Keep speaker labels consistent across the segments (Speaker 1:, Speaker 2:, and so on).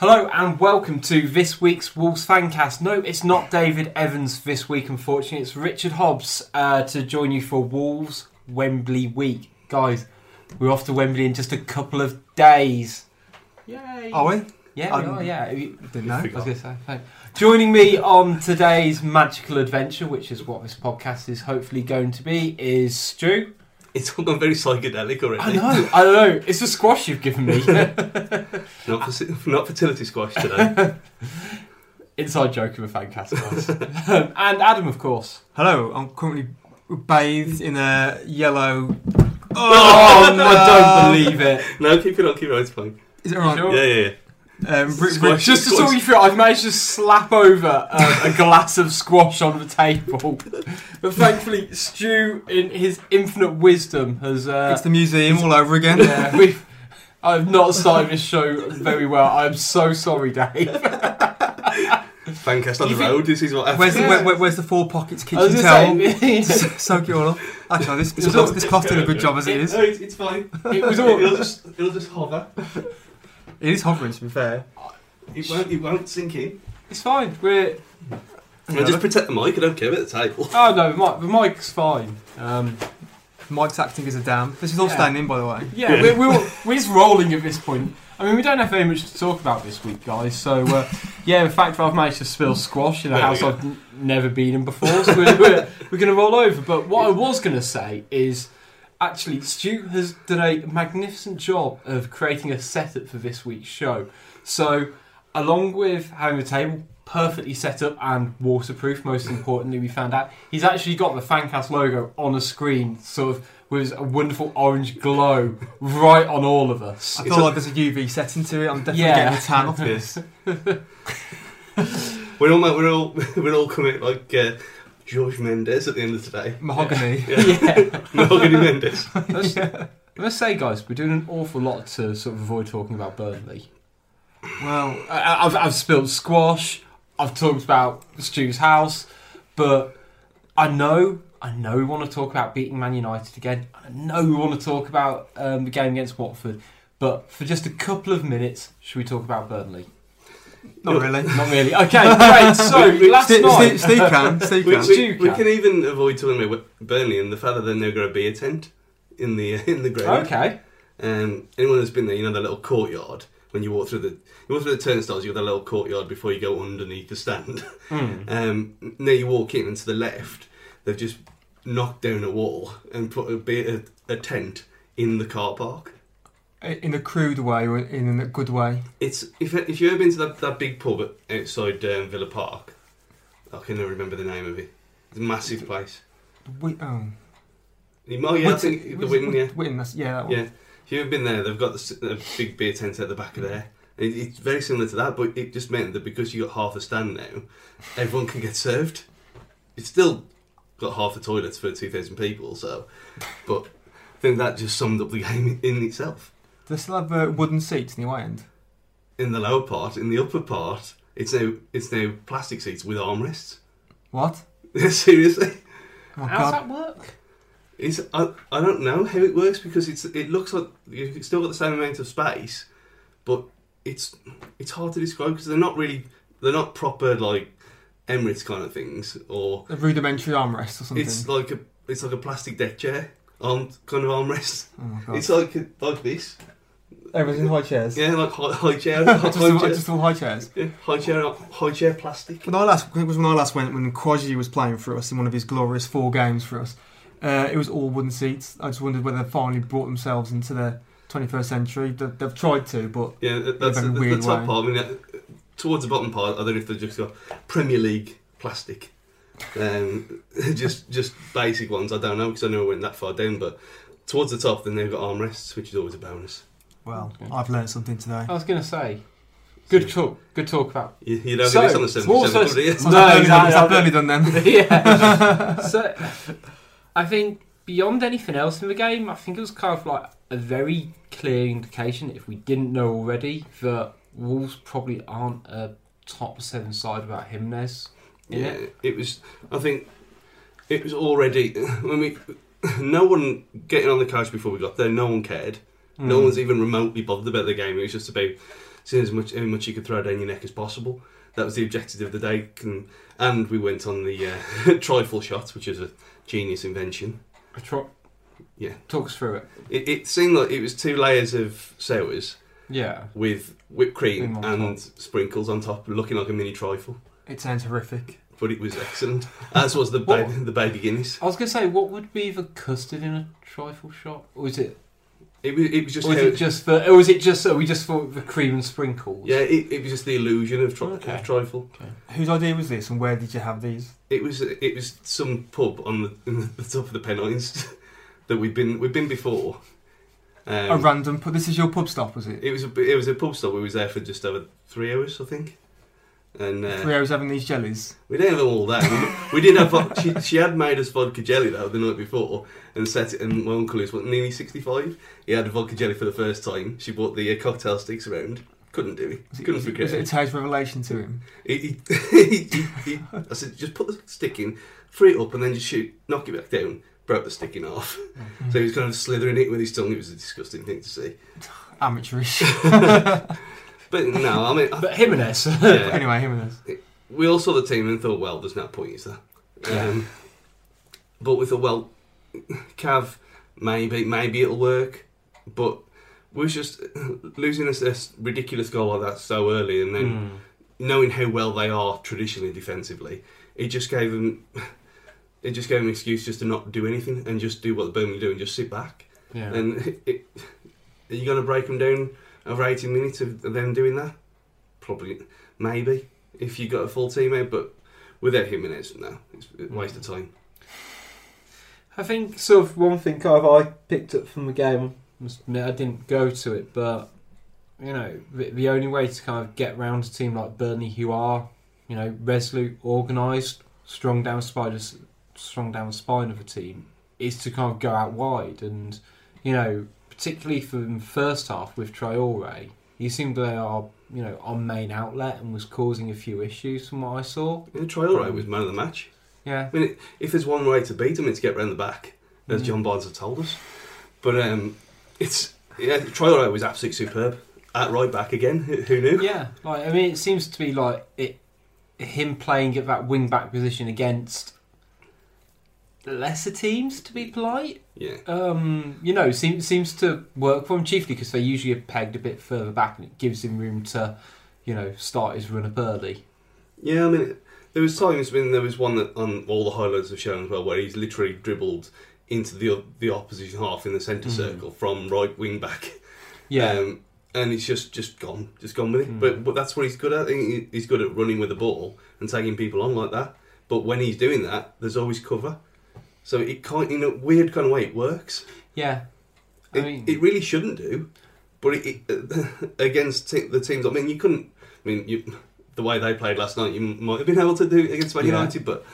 Speaker 1: Hello and welcome to this week's Wolves Fancast. No, it's not David Evans this week, unfortunately. It's Richard Hobbs uh, to join you for Wolves Wembley Week. Guys, we're off to Wembley in just a couple of days.
Speaker 2: Yay!
Speaker 1: Are we? Yeah, we
Speaker 2: Um,
Speaker 1: are, yeah. You-
Speaker 2: Didn't know.
Speaker 1: I was going to say. thanks. Joining me on today's magical adventure, which is what this podcast is hopefully going to be, is Stu.
Speaker 3: It's all gone very psychedelic already.
Speaker 1: I know, I know. It's a squash you've given me.
Speaker 3: Not, for, not fertility squash today.
Speaker 1: Inside joke of a fancast, guys. um, and Adam, of course.
Speaker 2: Hello, I'm currently bathed in a yellow.
Speaker 1: Oh, I don't believe it.
Speaker 3: no, keep it on, keep it on, it's fine.
Speaker 2: Is it alright?
Speaker 1: sure?
Speaker 3: Yeah, yeah, yeah.
Speaker 2: Um, Ri- Ri-
Speaker 3: Squash.
Speaker 1: Just to talk you through, I've managed to slap over um, a glass of squash on the table. But thankfully, Stu, in his infinite wisdom, has. Uh,
Speaker 2: it's the museum all over again.
Speaker 1: yeah, we've, I've not started this show very well. I'm so sorry, Dave.
Speaker 3: Fancast on
Speaker 1: You
Speaker 3: the
Speaker 1: think-
Speaker 3: road, this is what
Speaker 2: Where's
Speaker 3: happens.
Speaker 2: the, where, where- where's the four pockets
Speaker 1: I was
Speaker 2: kitchen towel?
Speaker 1: gonna say,
Speaker 2: S- Soak it all up. Actually, this, this,
Speaker 1: It's
Speaker 2: cost,
Speaker 1: all-
Speaker 2: this cost did a good job as it
Speaker 3: It-
Speaker 2: is.
Speaker 3: no, it's, it's fine.
Speaker 1: it was all.
Speaker 3: It'll just, it'll just hover.
Speaker 2: It is hovering, to be fair.
Speaker 3: It won't, it won't sink in.
Speaker 1: It's fine. We're.
Speaker 3: I just protect the mic, I don't care about the table.
Speaker 1: Oh no, the, mic, the mic's fine. Um,
Speaker 2: Mike's acting as a dam. This is all
Speaker 1: Yeah.
Speaker 2: standing, by the way.
Speaker 1: Yeah, We're, we're, we're just rolling at this point. I mean, we don't have very much to talk about this week, guys. So, uh, yeah, in fact, I've managed to spill squash in a
Speaker 3: There we
Speaker 1: house
Speaker 3: go.
Speaker 1: I've n- never been in before. So we're, we're, we're going to roll over. But what I was going to say is actually, Stu has done a magnificent job of creating a setup for this week's show. So, along with having the table perfectly set up and waterproof, most importantly, we found out he's actually got the Fancast logo on a screen, sort of with a wonderful orange glow right on all of us.
Speaker 2: I
Speaker 3: It's
Speaker 2: feel
Speaker 3: a-
Speaker 2: like there's a UV setting to it. I'm definitely
Speaker 1: Yeah.
Speaker 2: getting a tan off
Speaker 3: Yes.
Speaker 2: this.
Speaker 3: We're all, ma- we're all, we're all coming like uh, George Mendes at the end of today.
Speaker 2: Mahogany.
Speaker 3: Yeah.
Speaker 1: Yeah.
Speaker 3: Mahogany Mendes.
Speaker 1: Let's- I must say, guys, we're doing an awful lot to sort of avoid talking about Burnley.
Speaker 2: Well,
Speaker 1: I- I, I've, I've spilled squash. I've talked about Stu's house, but I know, I know we want to talk about beating Man United again. I know we want to talk about um, the game against Watford, but for just a couple of minutes, should we talk about Burnley?
Speaker 2: not really.
Speaker 1: Not really. Okay, great. So
Speaker 3: We- we-
Speaker 1: last
Speaker 2: Steve,
Speaker 1: night,
Speaker 2: Steve, Steve can. Steve
Speaker 3: We,
Speaker 2: can.
Speaker 3: we, we
Speaker 1: Stuka.
Speaker 3: can even avoid talking about Burnley and the fact that they're now going to be a tent in the uh, in the ground.
Speaker 1: okay,
Speaker 3: Um, anyone who's been there, you know the little courtyard when you walk through the you walk through the turnstiles. You got the little courtyard before you go underneath the stand. Um, now you walk in and to the left, they've just knocked down a wall and put a bit of a tent in the car park.
Speaker 2: In a crude way or in a good way?
Speaker 3: It's if if you've ever been to that, that big pub outside um, Villa Park, I can never remember the name of it. It's a massive place.
Speaker 2: We, oh.
Speaker 3: You might- yeah, I think the Witten, yeah.
Speaker 2: Witten, that's, yeah, that one.
Speaker 3: Yeah, if you've been there, they've got the, the big beer tent at the back of there. It, it's very similar to that, but it just meant that because you got half a stand now, everyone can get served. It's still got half the toilets for two thousand people, so. But I think that just summed up the game in itself.
Speaker 2: They still have uh, wooden seats in the away end.
Speaker 3: In the lower part, in the upper part, it's now it's now plastic seats with armrests.
Speaker 2: What?
Speaker 3: Seriously.
Speaker 2: Oh, my
Speaker 1: how's
Speaker 2: God.
Speaker 1: that work?
Speaker 3: It's I, I don't know how it works because it's it looks like you've still got the same amount of space, but it's it's hard to describe because they're not really they're not proper like Emirates kind of things or
Speaker 2: A rudimentary armrest or something.
Speaker 3: it's like a it's like a plastic deck chair arm kind of armrest.
Speaker 2: oh, my God.
Speaker 3: It's like a, like this.
Speaker 2: Everyone's in high chairs.
Speaker 3: Yeah, like high, high chair, high,
Speaker 2: Just all,
Speaker 3: chair,
Speaker 2: just all high chairs.
Speaker 3: yeah, high chair, high chair plastic.
Speaker 2: When I last, I think it was when I last went when Quaji was playing for us in one of his glorious four games for us. Uh, it was all wooden seats. I just wondered whether they finally brought themselves into the 21st century. They, they've tried to, but
Speaker 3: Yeah, that- that's
Speaker 2: a
Speaker 3: the,
Speaker 2: very
Speaker 3: the
Speaker 2: weird
Speaker 3: top
Speaker 2: way.
Speaker 3: part. I mean, uh, towards the bottom part, I don't know if they've just got Premier League plastic, um, just just basic ones. I don't know because I never went that far down. But towards the top, then they've got armrests, which is always a bonus.
Speaker 2: well, I've learned something today.
Speaker 1: I was going to say, good talk. Good talk about.
Speaker 3: You, you don't
Speaker 1: So,
Speaker 3: get this on the
Speaker 1: small
Speaker 3: 77
Speaker 1: size-
Speaker 3: do you?
Speaker 1: No, exactly.
Speaker 2: I've barely done them.
Speaker 1: yeah. so, I think beyond anything else in the game, I think it was kind of like a very clear indication, if we didn't know already, that Wolves probably aren't a top seven side without Jimenez. In
Speaker 3: Yeah,
Speaker 1: it.
Speaker 3: it was. I think it was already when we. No one getting on the couch before we got there. No one cared. No one's even remotely bothered about the game. It was just about seeing as much how much you could throw down your neck as possible. That was the objective of the day. And, and we went on the uh, trifle shot, which is a genius invention.
Speaker 1: A tro-
Speaker 3: Yeah.
Speaker 1: Talk us through it.
Speaker 3: It, it seemed like it was two layers of sours
Speaker 1: Yeah.
Speaker 3: with whipped cream
Speaker 1: Cream on
Speaker 3: and sprinkles on top, looking like a mini trifle.
Speaker 2: It sounds horrific.
Speaker 3: But it was excellent, as was the
Speaker 1: What-
Speaker 3: baby, the baby Guinness.
Speaker 1: I was going to say, what would be the custard in a trifle shot? Or is it?
Speaker 3: It was, it was just,
Speaker 1: Or is
Speaker 3: how-
Speaker 1: it just the? Or is it just? uh, we just thought the cream and sprinkles.
Speaker 3: yeah. It, it was just the illusion of, tri-
Speaker 1: Okay.
Speaker 3: of trifle.
Speaker 2: Whose idea was this, and where did you have these?
Speaker 3: It was it was some pub on the, in the top of the Pennines that we've been we've been before. Um,
Speaker 2: a random pub. This is your pub stop, was it?
Speaker 3: It was a it was a pub stop. We was there for just over three hours, I think. And
Speaker 2: Three
Speaker 3: uh,
Speaker 2: hours having these jellies.
Speaker 3: we didn't have all that. We- we did have vo- she, she had made us vodka jelly though the night before and set it. And my uncle who's what nearly sixty five, he had vodka jelly for the first time. She brought the uh, cocktail sticks around. Couldn't do it.
Speaker 2: Was it,
Speaker 3: Couldn't
Speaker 2: was it-
Speaker 3: forget.
Speaker 2: was it a taste revelation to him?
Speaker 3: He, he, he, he- I said, just put the stick in, free it up, and then just shoot, knock it back down. Broke the stick in half. So he was kind of slithering it with his tongue. It was a disgusting thing to see.
Speaker 2: Amateurish.
Speaker 3: But no, I mean, I,
Speaker 1: But Jimenez.
Speaker 3: yeah.
Speaker 2: anyway, him and us.
Speaker 3: we all saw the team and thought, well, there's no point, is there? Um, but we thought, well, Cav, maybe, maybe it'll work. But we was just losing a, a ridiculous goal like that so early, and then
Speaker 1: Mm. Hmm.
Speaker 3: knowing how well they are traditionally defensively, it just gave them it just gave them an excuse just to not do anything and just do what Birmingham do and just sit back.
Speaker 1: Yeah.
Speaker 3: And it, it, are you going to break them down over 18 minutes of them doing that? Probably, maybe if you got a full team out, but without Jimenez, no, it's a waste of time.
Speaker 1: I think sort of one thing kind of I picked up from the game. must admit I didn't go to it, but you know the, the only way to kind of get round a team like Burnley, who are you know resolute, organised, strong down spine, strong down spine of a team, is to kind of go out wide and you know particularly from the first half with Traore, he seemed they are you know on main outlet and was causing a few issues from what I saw.
Speaker 3: And Traore was man of the match.
Speaker 1: Yeah,
Speaker 3: I mean, if there's one way to beat them, it's get round the back, as
Speaker 1: Mm.
Speaker 3: John Barnes has told us. But um, it's yeah, Traore was absolutely superb at right back again. Who, who knew?
Speaker 1: Yeah, like I mean, it seems to be like it, him playing at that wing back position against lesser teams. To be polite,
Speaker 3: Yeah,
Speaker 1: um, you know, seems seems to work for him chiefly because they usually are pegged a bit further back, and it gives him room to, you know, start his run up early.
Speaker 3: yeah. I mean, there was times when there was one that on all the highlights have shown as well, where he's literally dribbled into the o- the opposition half in the centre
Speaker 1: Mm.
Speaker 3: circle from right wing back.
Speaker 1: Yeah,
Speaker 3: Um, and he's just, just gone, just gone with it.
Speaker 1: Mm.
Speaker 3: But, but that's what he's good at. He- He's good at running with the ball and taking people on like that. But when he's doing that, there's always cover. So it can't, in a weird kind of way, it works.
Speaker 1: yeah. I
Speaker 3: It,
Speaker 1: mean,
Speaker 3: it really shouldn't do. But it, it, against te- the teams, I mean, you couldn't. I mean, you, the way they played last night, you might have been able to do it against Man
Speaker 1: Yeah.
Speaker 3: United. But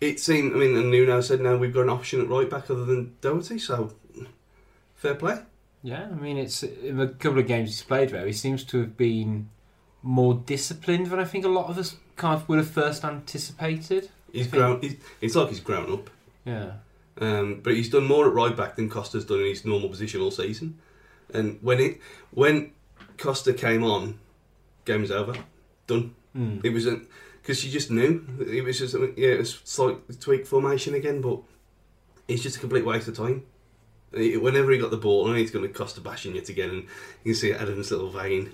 Speaker 3: it seemed. I mean, and Nuno said, "No, we've got an option at right back other than Doherty." So fair play.
Speaker 1: Yeah, I mean, it's in a couple of games he's played there. He seems to have been more disciplined than I think a lot of us kind of would have first anticipated.
Speaker 3: He's
Speaker 1: think-
Speaker 3: grown. He's, it's like he's grown up.
Speaker 1: Yeah.
Speaker 3: Um, but he's done more at right back than Costa's done in his normal position all season. And when it when Costa came on, game was over, done.
Speaker 1: Mm.
Speaker 3: It wasn't because you just knew it was just yeah, it was like tweak formation again. But it's just a complete waste of time. He- Whenever he got the ball, I mean, it's going to cost a bashing yet again, and you can see Adam's little vein.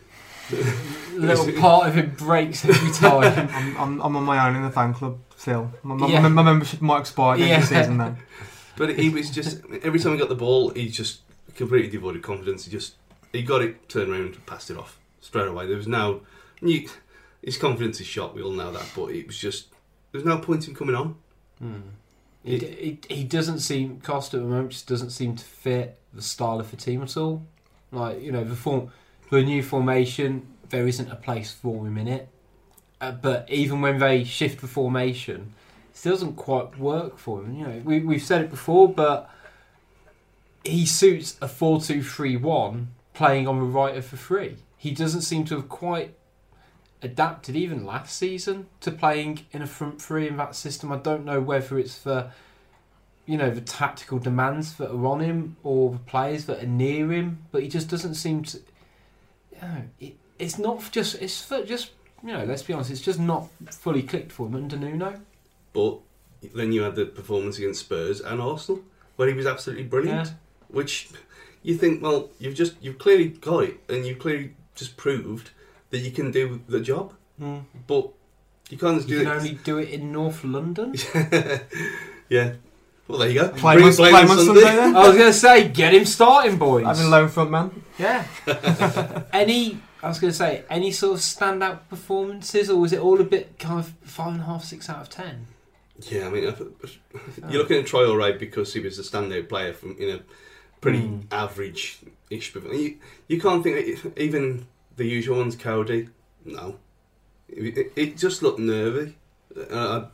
Speaker 1: Little part of it breaks every time.
Speaker 2: I'm, I'm, I'm on my own in the fan club still. My, my,
Speaker 1: Yeah.
Speaker 2: my, my membership might expire at the end of the
Speaker 1: Yeah.
Speaker 2: season though.
Speaker 3: But he was just every time he got the ball, he just completely devoid of confidence. He just he got it, turned around, passed it off straight away. There was no you, his confidence is shot. We all know that, but it was just there was no point in coming on.
Speaker 1: Hmm. He, d- he, he doesn't seem Costa at the moment just doesn't seem to fit the style of the team at all. Like you know the form, the new formation, there isn't a place for him in it. Uh, but even when they shift the formation, it still doesn't quite work for him. You know we we've said it before, but he suits a four-two-three-one playing on the right of the three. He doesn't seem to have quite adapted even last season to playing in a front three in that system. I don't know whether it's the you know the tactical demands that are on him or the players that are near him, but he just doesn't seem to. You know, it, it's not just it's for just you know let's be honest, it's just not fully clicked for him under Nuno.
Speaker 3: But then you had the performance against Spurs and Arsenal, where he was absolutely brilliant.
Speaker 1: Yeah.
Speaker 3: Which you think, well, you've just you've clearly got it, and you've clearly just proved that you can do the job. But you can't
Speaker 1: Mm.
Speaker 3: just
Speaker 1: You
Speaker 3: do
Speaker 1: can
Speaker 3: it.
Speaker 1: only do it in North London.
Speaker 3: yeah. Well, there you go.
Speaker 2: Play
Speaker 3: Bring-
Speaker 2: on, play
Speaker 3: play
Speaker 2: on
Speaker 3: on
Speaker 2: Sunday
Speaker 3: Sunday.
Speaker 2: then.
Speaker 1: I was gonna say, get him starting, boys.
Speaker 2: Having a lone front man.
Speaker 1: Yeah. any, I was going to say, any sort of standout performances, or was it all a bit kind of five and a half, six out of ten?
Speaker 3: Yeah, I mean, I-
Speaker 1: Oh.
Speaker 3: you're looking at Troy Alright because he was a standout player from in a pretty
Speaker 1: Mm.
Speaker 3: average-ish. perf- You, you can't think that e-, even the usual ones, Cody. No, it, it- it just looked nervy. Uh,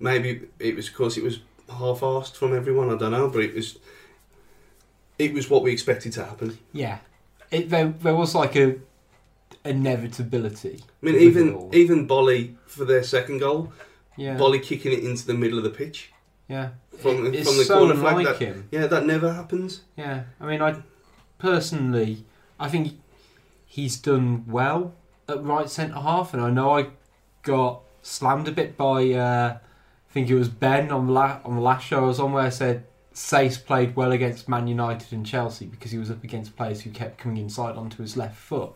Speaker 3: maybe it was because it was half-assed from everyone. I don't know, but it was it was what we expected to happen.
Speaker 1: Yeah. It, there, there was like a inevitability.
Speaker 3: I mean,
Speaker 1: with it
Speaker 3: even
Speaker 1: all.
Speaker 3: even Bolly for their second goal,
Speaker 1: yeah,
Speaker 3: Bolly kicking it into the middle of the pitch
Speaker 1: yeah.
Speaker 3: from
Speaker 1: It's
Speaker 3: from the
Speaker 1: so
Speaker 3: corner flag.
Speaker 1: unlike
Speaker 3: that-
Speaker 1: him.
Speaker 3: yeah, that never happens.
Speaker 1: Yeah, I mean, I personally, I think he's done well at right centre half, and I know I got slammed a bit by, uh, I think it was Ben on the la- on the last show I was on, where I said Sace played well against Man United and Chelsea because he was up against players who kept coming inside onto his left foot.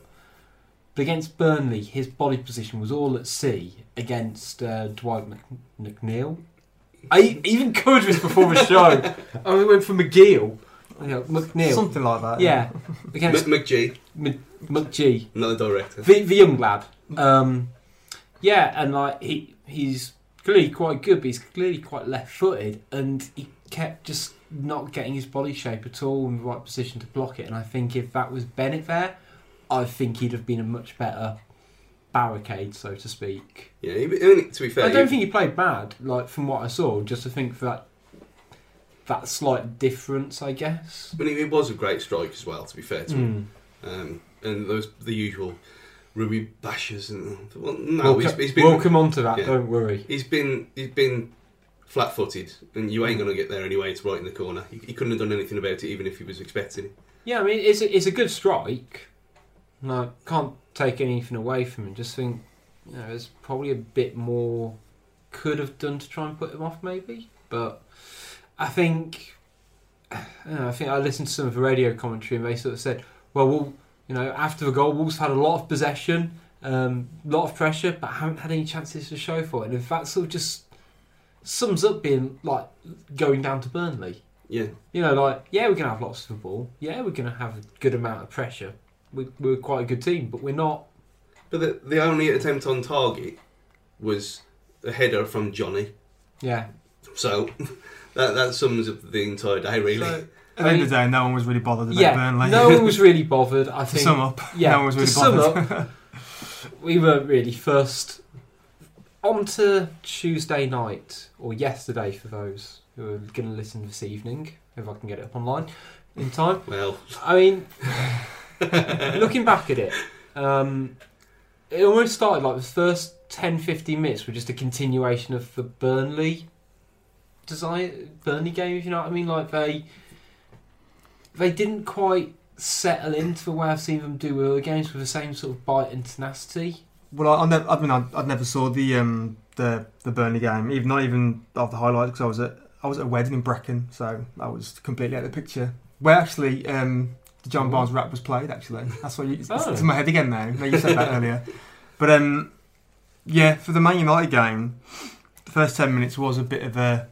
Speaker 1: But against Burnley, his body position was all at sea against uh, Dwight Mc- McNeil. I even could was before the show. I mean, Oh, went for McGill, you know, McNeil.
Speaker 2: Something like that.
Speaker 1: Yeah,
Speaker 3: M-
Speaker 1: against
Speaker 3: McGee,
Speaker 1: M- McG,
Speaker 3: not the director.
Speaker 1: the, the young lad. Um, yeah, and like he he's clearly quite good, but he's clearly quite left-footed, and he kept just not getting his body shape at all in the right position to block it. And I think if that was Bennett there, I think he'd have been a much better barricade, so to speak.
Speaker 3: Yeah, he, I mean, to be fair,
Speaker 1: I don't
Speaker 3: he,
Speaker 1: think he played bad, like from what I saw. Just I think that that slight difference, I guess.
Speaker 3: but he, he was a great strike as well. To be fair to him,
Speaker 1: Hmm.
Speaker 3: um, and those the usual Ruby bashes and well, no,
Speaker 1: we'll,
Speaker 3: he's,
Speaker 1: co-
Speaker 3: he's been
Speaker 1: we'll come on to that.
Speaker 3: yeah.
Speaker 1: Don't worry.
Speaker 3: he's been he's been flat-footed, and you ain't gonna get there anyway. It's right in the corner. He, he couldn't have done anything about it, even if he was expecting it.
Speaker 1: Yeah, I mean it's a, it's a good strike. No, can't take anything away from him. Just think, you know, there's probably a bit more could have done to try and put him off, maybe. But I think, I, don't know, I think I listened to some of the radio commentary and they sort of said, well, we'll you know, after the goal, Wolves had a lot of possession, a lot of pressure, but haven't had any chances to show for it. And if that sort of just sums up being like going down to Burnley.
Speaker 3: Yeah,
Speaker 1: You know, like, yeah, we're going to have lots of the ball. Yeah, we're going to have a good amount of pressure. We, we're quite a good team, but we're not.
Speaker 3: but the, the only attempt on target was a header from Johnny.
Speaker 1: Yeah.
Speaker 3: So that that sums up the entire day, really.
Speaker 1: So,
Speaker 2: At the end of the day, no one was really bothered about
Speaker 1: yeah.
Speaker 2: Burnley.
Speaker 1: No one was really bothered. I
Speaker 2: to
Speaker 1: think.
Speaker 2: sum up,
Speaker 1: Yeah.
Speaker 2: no one was
Speaker 1: to
Speaker 2: really
Speaker 1: sum
Speaker 2: bothered.
Speaker 1: up, we weren't really fussed. On to Tuesday night, or yesterday for those who are going to listen this evening, if I can get it up online in time.
Speaker 3: well,
Speaker 1: I mean, looking back at it, um, it almost started like the first 10 15 minutes were just a continuation of the Burnley design, Burnley game, if you know what I mean. Like, they they didn't quite settle into the way I've seen them do with other games with the same sort of bite and tenacity.
Speaker 2: Well, I, I, never, I mean, I, I never saw the um, the the Burnley game, even not even of the highlights because I was at I was at a wedding in Brecon, so I was completely out of the picture. where actually um, the John Barnes rap was played. Actually, that's why you, it's,
Speaker 1: Oh.
Speaker 2: it's in my head again now. No, you said that earlier, but um, yeah, for the Man United game, the first ten minutes was a bit of a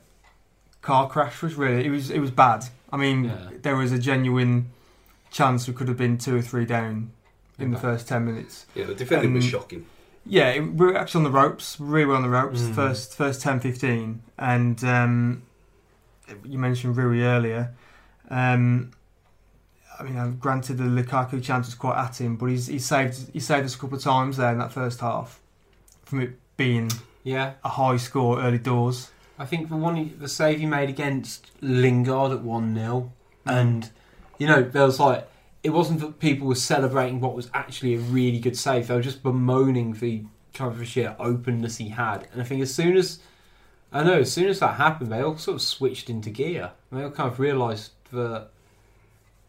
Speaker 2: car crash. Was really it was it was bad. I mean,
Speaker 1: Yeah.
Speaker 2: there was a genuine chance we could have been two or three down in the first ten minutes.
Speaker 3: Yeah, the defending was
Speaker 2: Um,
Speaker 3: shocking.
Speaker 2: Yeah, it, we were actually on the ropes, really well on the ropes,
Speaker 1: Mm.
Speaker 2: first first 10 15. And um, you mentioned Rui earlier. Um, I mean, uh, granted, the Lukaku chance was quite at him, but he's, he saved he saved us a couple of times there in that first half from it being
Speaker 1: Yeah,
Speaker 2: a high score early doors.
Speaker 1: I think the one he, the save he made against Lingard at one 0 and you know there was like it wasn't that people were celebrating what was actually a really good save; they were just bemoaning the kind of the sheer openness he had. And I think as soon as I know, as soon as that happened, they all sort of switched into gear. They all kind of realised that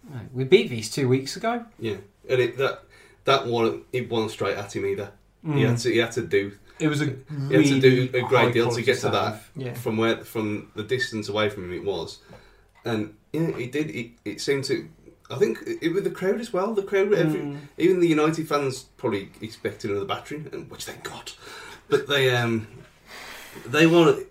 Speaker 1: you know, we beat these two weeks ago.
Speaker 3: Yeah, and it, that that one it wasn't straight at him either. He had to he had to do
Speaker 1: It was a
Speaker 3: he had
Speaker 1: really
Speaker 3: to do a
Speaker 1: high
Speaker 3: great deal to
Speaker 1: quality
Speaker 3: get to
Speaker 1: save.
Speaker 3: that
Speaker 2: Yeah.
Speaker 3: from where from the distance away from him it was, and yeah, he did. It, it seemed to. I think it, with the crowd as well. The crowd, every,
Speaker 1: Mm.
Speaker 3: even the United fans probably expected another battering, and which they got. But they um they were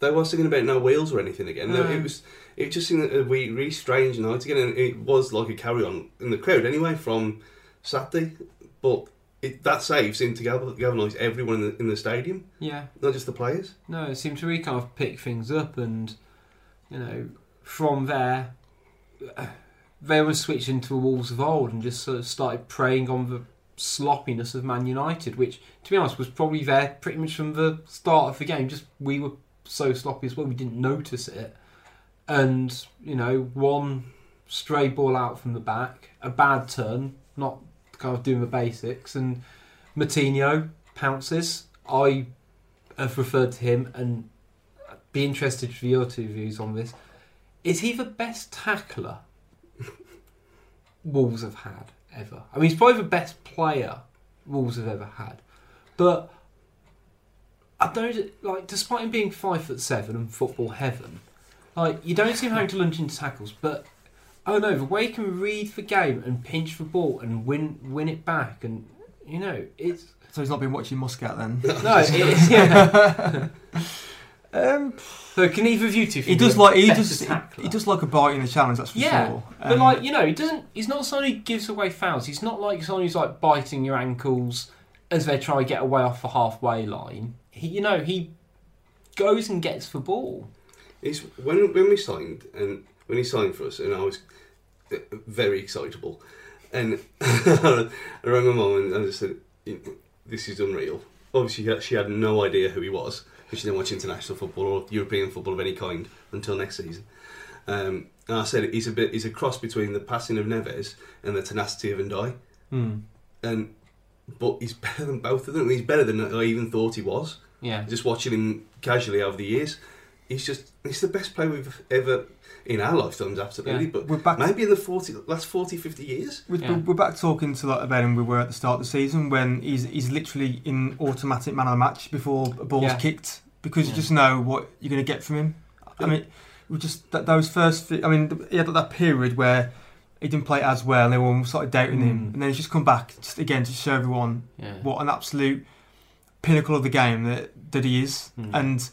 Speaker 3: they were singing about no wheels or anything again. No,
Speaker 1: Mm.
Speaker 3: It was it just seemed a wee really strange night again, and it was like a carry on in the crowd anyway from Saturday. But it, that save seemed to gal- galvanise everyone in the, in the stadium,
Speaker 1: Yeah.
Speaker 3: not just the players.
Speaker 1: No, it seemed to really kind of pick things up, and you know, from there, they were switched into the Wolves of old and just sort of started preying on the sloppiness of Man United, which, to be honest, was probably there pretty much from the start of the game. Just we were so sloppy as well, we didn't notice it, and you know, one stray ball out from the back, a bad turn, not kind of doing the basics, and Matinho pounces. I have referred to him and be interested for your two views on this. Is he the best tackler Wolves have had ever? I mean, he's probably the best player Wolves have ever had, but I don't like. Despite him being five foot seven and football heaven, like you don't see him having to lunge into tackles. But oh no, the way he can read the game and pinch the ball and win win it back, and you know it's
Speaker 2: So he's not been watching Muscat then.
Speaker 1: no, it is. Yeah.
Speaker 2: Um,
Speaker 1: so can either of you two?
Speaker 2: he
Speaker 1: think
Speaker 2: does
Speaker 1: we're
Speaker 2: like he
Speaker 1: better
Speaker 2: does
Speaker 1: tackler?
Speaker 2: he does like a bite in the challenge. That's for
Speaker 1: Yeah,
Speaker 2: sure.
Speaker 1: But
Speaker 2: Um,
Speaker 1: like you know, he doesn't. He's not someone who gives away fouls. He's not like someone who's like biting your ankles as they try to get away off the halfway line. He, you know, he goes and gets the ball.
Speaker 3: It's when when we signed and when he signed for us, and I was very excitable, and I rang my mum and I just said, "This is unreal." Obviously, she had- she had no idea who he was because she didn't watch international football or European football of any kind until next season. Um, and I said, "He's a bit. He's a cross between the passing of Neves and the tenacity of Ndai."
Speaker 2: Hmm.
Speaker 3: And but he's better than both of them. He's better than I even thought he was
Speaker 1: Yeah,
Speaker 3: just watching him casually over the years, he's just he's the best player we've ever in our lifetimes, absolutely.
Speaker 1: Yeah.
Speaker 3: But
Speaker 2: We're back-
Speaker 3: maybe in the 40, last 40, 50 years.
Speaker 2: We're,
Speaker 1: Yeah.
Speaker 2: we're back talking to like about him we were at the start of the season when he's he's literally in automatic man of the match before a ball's
Speaker 1: Yeah.
Speaker 2: kicked because
Speaker 1: Yeah.
Speaker 2: you just know what you're going to get from him. I mean, we just that, those first. Few, I mean, th- he had that period where he didn't play as well and everyone started doubting him,
Speaker 1: Mm.
Speaker 2: and then he's just come back just again to show everyone
Speaker 1: yeah,
Speaker 2: what an absolute pinnacle of the game that, that he is.
Speaker 1: Mm.
Speaker 2: And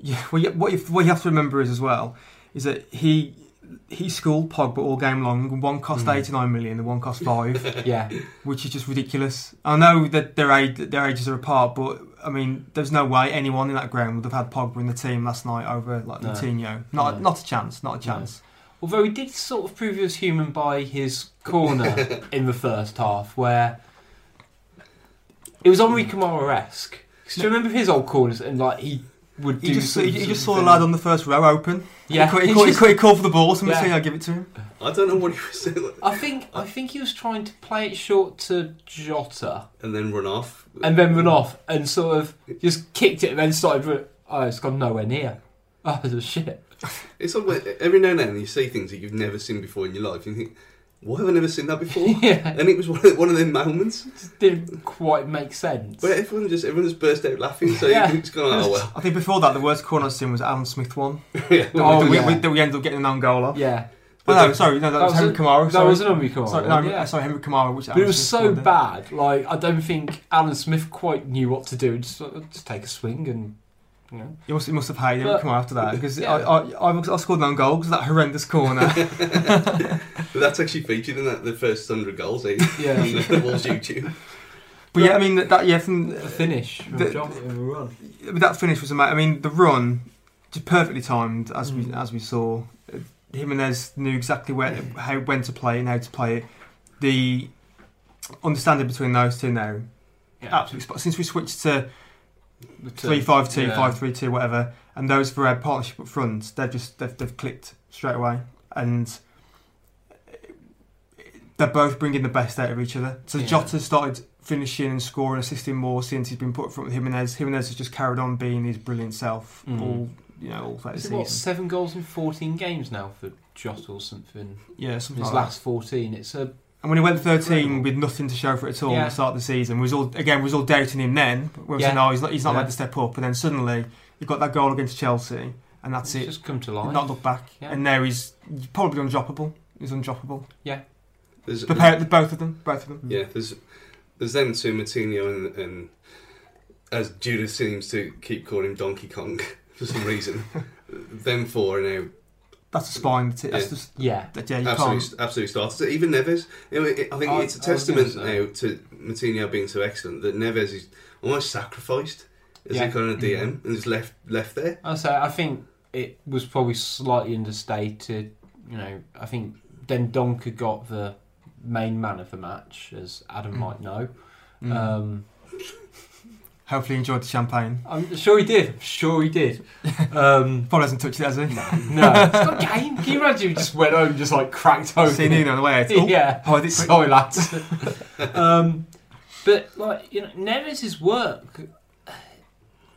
Speaker 2: yeah, what, you, what, you, what you have to remember is as well is that he he schooled Pogba all game long. and One cost
Speaker 1: Mm.
Speaker 2: 89 million, the one cost five,
Speaker 1: yeah.
Speaker 2: which is just ridiculous. I know that their age, that their ages are apart, but I mean, there's no way anyone in that ground would have had Pogba in the team last night over like
Speaker 1: No.
Speaker 2: Coutinho. Not
Speaker 1: No.
Speaker 2: not a chance. Not a chance.
Speaker 1: Although he did sort of prove he was human by his corner in the first half, where it was Henri Kamara esque. Do you remember his old corners and like he would do?
Speaker 2: He just
Speaker 1: some
Speaker 2: he, he just saw
Speaker 1: sort
Speaker 2: a
Speaker 1: of
Speaker 2: lad
Speaker 1: thing.
Speaker 2: on the first row open.
Speaker 1: Yeah,
Speaker 2: he, called, he, called, he, called, he called for the ball. Somebody
Speaker 1: Yeah.
Speaker 2: said, "I'll give it to him."
Speaker 3: I don't know what he was doing,
Speaker 1: I think I think he was trying to play it short to Jota
Speaker 3: and then run off.
Speaker 1: and then run off and sort of just kicked it and then started. ru- Oh, it's gone nowhere near. Oh, it's a shit.
Speaker 3: It's like every now and then you see things that you've never seen before in your life. You think, why have I never seen that before?
Speaker 1: yeah,
Speaker 3: And it was one of, one of them moments
Speaker 1: just didn't quite make sense.
Speaker 3: where everyone just everyone just burst out laughing. So
Speaker 1: Yeah.
Speaker 3: it's gone. Oh well.
Speaker 2: I think before that, the worst corner I've seen was Alan Smith one.
Speaker 3: Yeah.
Speaker 1: Oh,
Speaker 2: that, we,
Speaker 1: yeah.
Speaker 2: that we ended up getting an own goal off.
Speaker 1: yeah,
Speaker 2: Oh,
Speaker 3: But
Speaker 2: no,
Speaker 3: the-
Speaker 2: sorry, no, that, was
Speaker 1: was
Speaker 2: Henry
Speaker 1: a-
Speaker 2: Kamara.
Speaker 1: that
Speaker 2: sorry.
Speaker 1: was an Henry Kamara
Speaker 2: Sorry, no,
Speaker 1: one, yeah.
Speaker 2: sorry, Henry Kamara. Which
Speaker 1: But it
Speaker 2: Alex
Speaker 1: was
Speaker 2: just
Speaker 1: so
Speaker 2: called it.
Speaker 1: bad. Like I don't think Alan Smith quite knew what to do. Just, uh, just take a swing and you know.
Speaker 2: You must, you must have hated Henry
Speaker 1: But-
Speaker 2: Kamara after that because
Speaker 1: yeah.
Speaker 2: I, I, I, I scored nine goals. That horrendous corner.
Speaker 3: But that's actually featured in that the first hundred goals, eh?
Speaker 1: Yeah.
Speaker 3: on the Wolves YouTube.
Speaker 2: but yeah, I mean that, that yeah, from
Speaker 1: The finish. from
Speaker 2: The-
Speaker 1: John- uh, run.
Speaker 2: But that finish was amazing. I mean, the run just perfectly timed, as we
Speaker 1: Mm.
Speaker 2: as we saw. Uh, Jimenez knew exactly where how when to play it and how to play it. The understanding between those two now,
Speaker 1: Yeah.
Speaker 2: absolutely spot. Since we switched to
Speaker 1: The turn.
Speaker 2: three five two,
Speaker 1: Yeah.
Speaker 2: five three two, whatever, and those for our partnership up front, they've just they've, they've clicked straight away, and they're both bringing the best out of each other. So
Speaker 1: Yeah.
Speaker 2: Jota started finishing and scoring, assisting more since he's been put up front with Jimenez. Jimenez has just carried on being his brilliant self
Speaker 1: Mm.
Speaker 2: all you know all that
Speaker 1: Is it, what
Speaker 2: season.
Speaker 1: seven goals in fourteen games now for Jot or something?
Speaker 2: Yeah, something
Speaker 1: His
Speaker 2: like
Speaker 1: last fourteen. It's a
Speaker 2: that. And when he went 13
Speaker 1: Incredible.
Speaker 2: with nothing to show for it at all at
Speaker 1: Yeah.
Speaker 2: the start of the season, we was all again we was all doubting him then. We were
Speaker 1: Yeah.
Speaker 2: saying, "No, he's not, he's not
Speaker 1: Yeah.
Speaker 2: allowed to step up." And then suddenly he got that goal against Chelsea, and that's
Speaker 1: it's
Speaker 2: it.
Speaker 1: Just come to
Speaker 2: Did
Speaker 1: life.
Speaker 2: not look back.
Speaker 1: Yeah.
Speaker 2: And now he's probably undroppable. He's undroppable.
Speaker 3: There's,
Speaker 2: The pair, the, both of them, both of them.
Speaker 3: yeah, there's there's them two, Matinho and, and as Judah seems to keep calling him Donkey Kong for some reason. them four are now
Speaker 2: That's a spine. That's, it. that's
Speaker 3: Yeah.
Speaker 2: just
Speaker 1: yeah.
Speaker 2: that, yeah. You can't.
Speaker 3: absolute, absolute starters. Even Neves, you know, it- I think
Speaker 1: I-
Speaker 3: it's a
Speaker 1: I was
Speaker 3: testament
Speaker 1: gonna say.
Speaker 3: now to Matinho being so excellent that Neves is almost sacrificed as
Speaker 1: Yeah.
Speaker 3: a kind of DM and just left left there.
Speaker 1: I say I think it was probably slightly understated. You know, I think Dendonka got the main man of the match, as Adam
Speaker 2: Mm.
Speaker 1: might know.
Speaker 2: Mm.
Speaker 1: Um,
Speaker 2: Hopefully, he enjoyed the champagne.
Speaker 1: I'm Um, sure he did. I'm sure he did. Um,
Speaker 2: Probably hasn't touched it, has he?
Speaker 1: no, it's not a game. Can you imagine? He just went home, and just like cracked open.
Speaker 2: Seen Nuno on the way out. Oh,
Speaker 1: Yeah.
Speaker 2: oh, I did-
Speaker 1: Sorry, lads. um, but like you know, Neves' work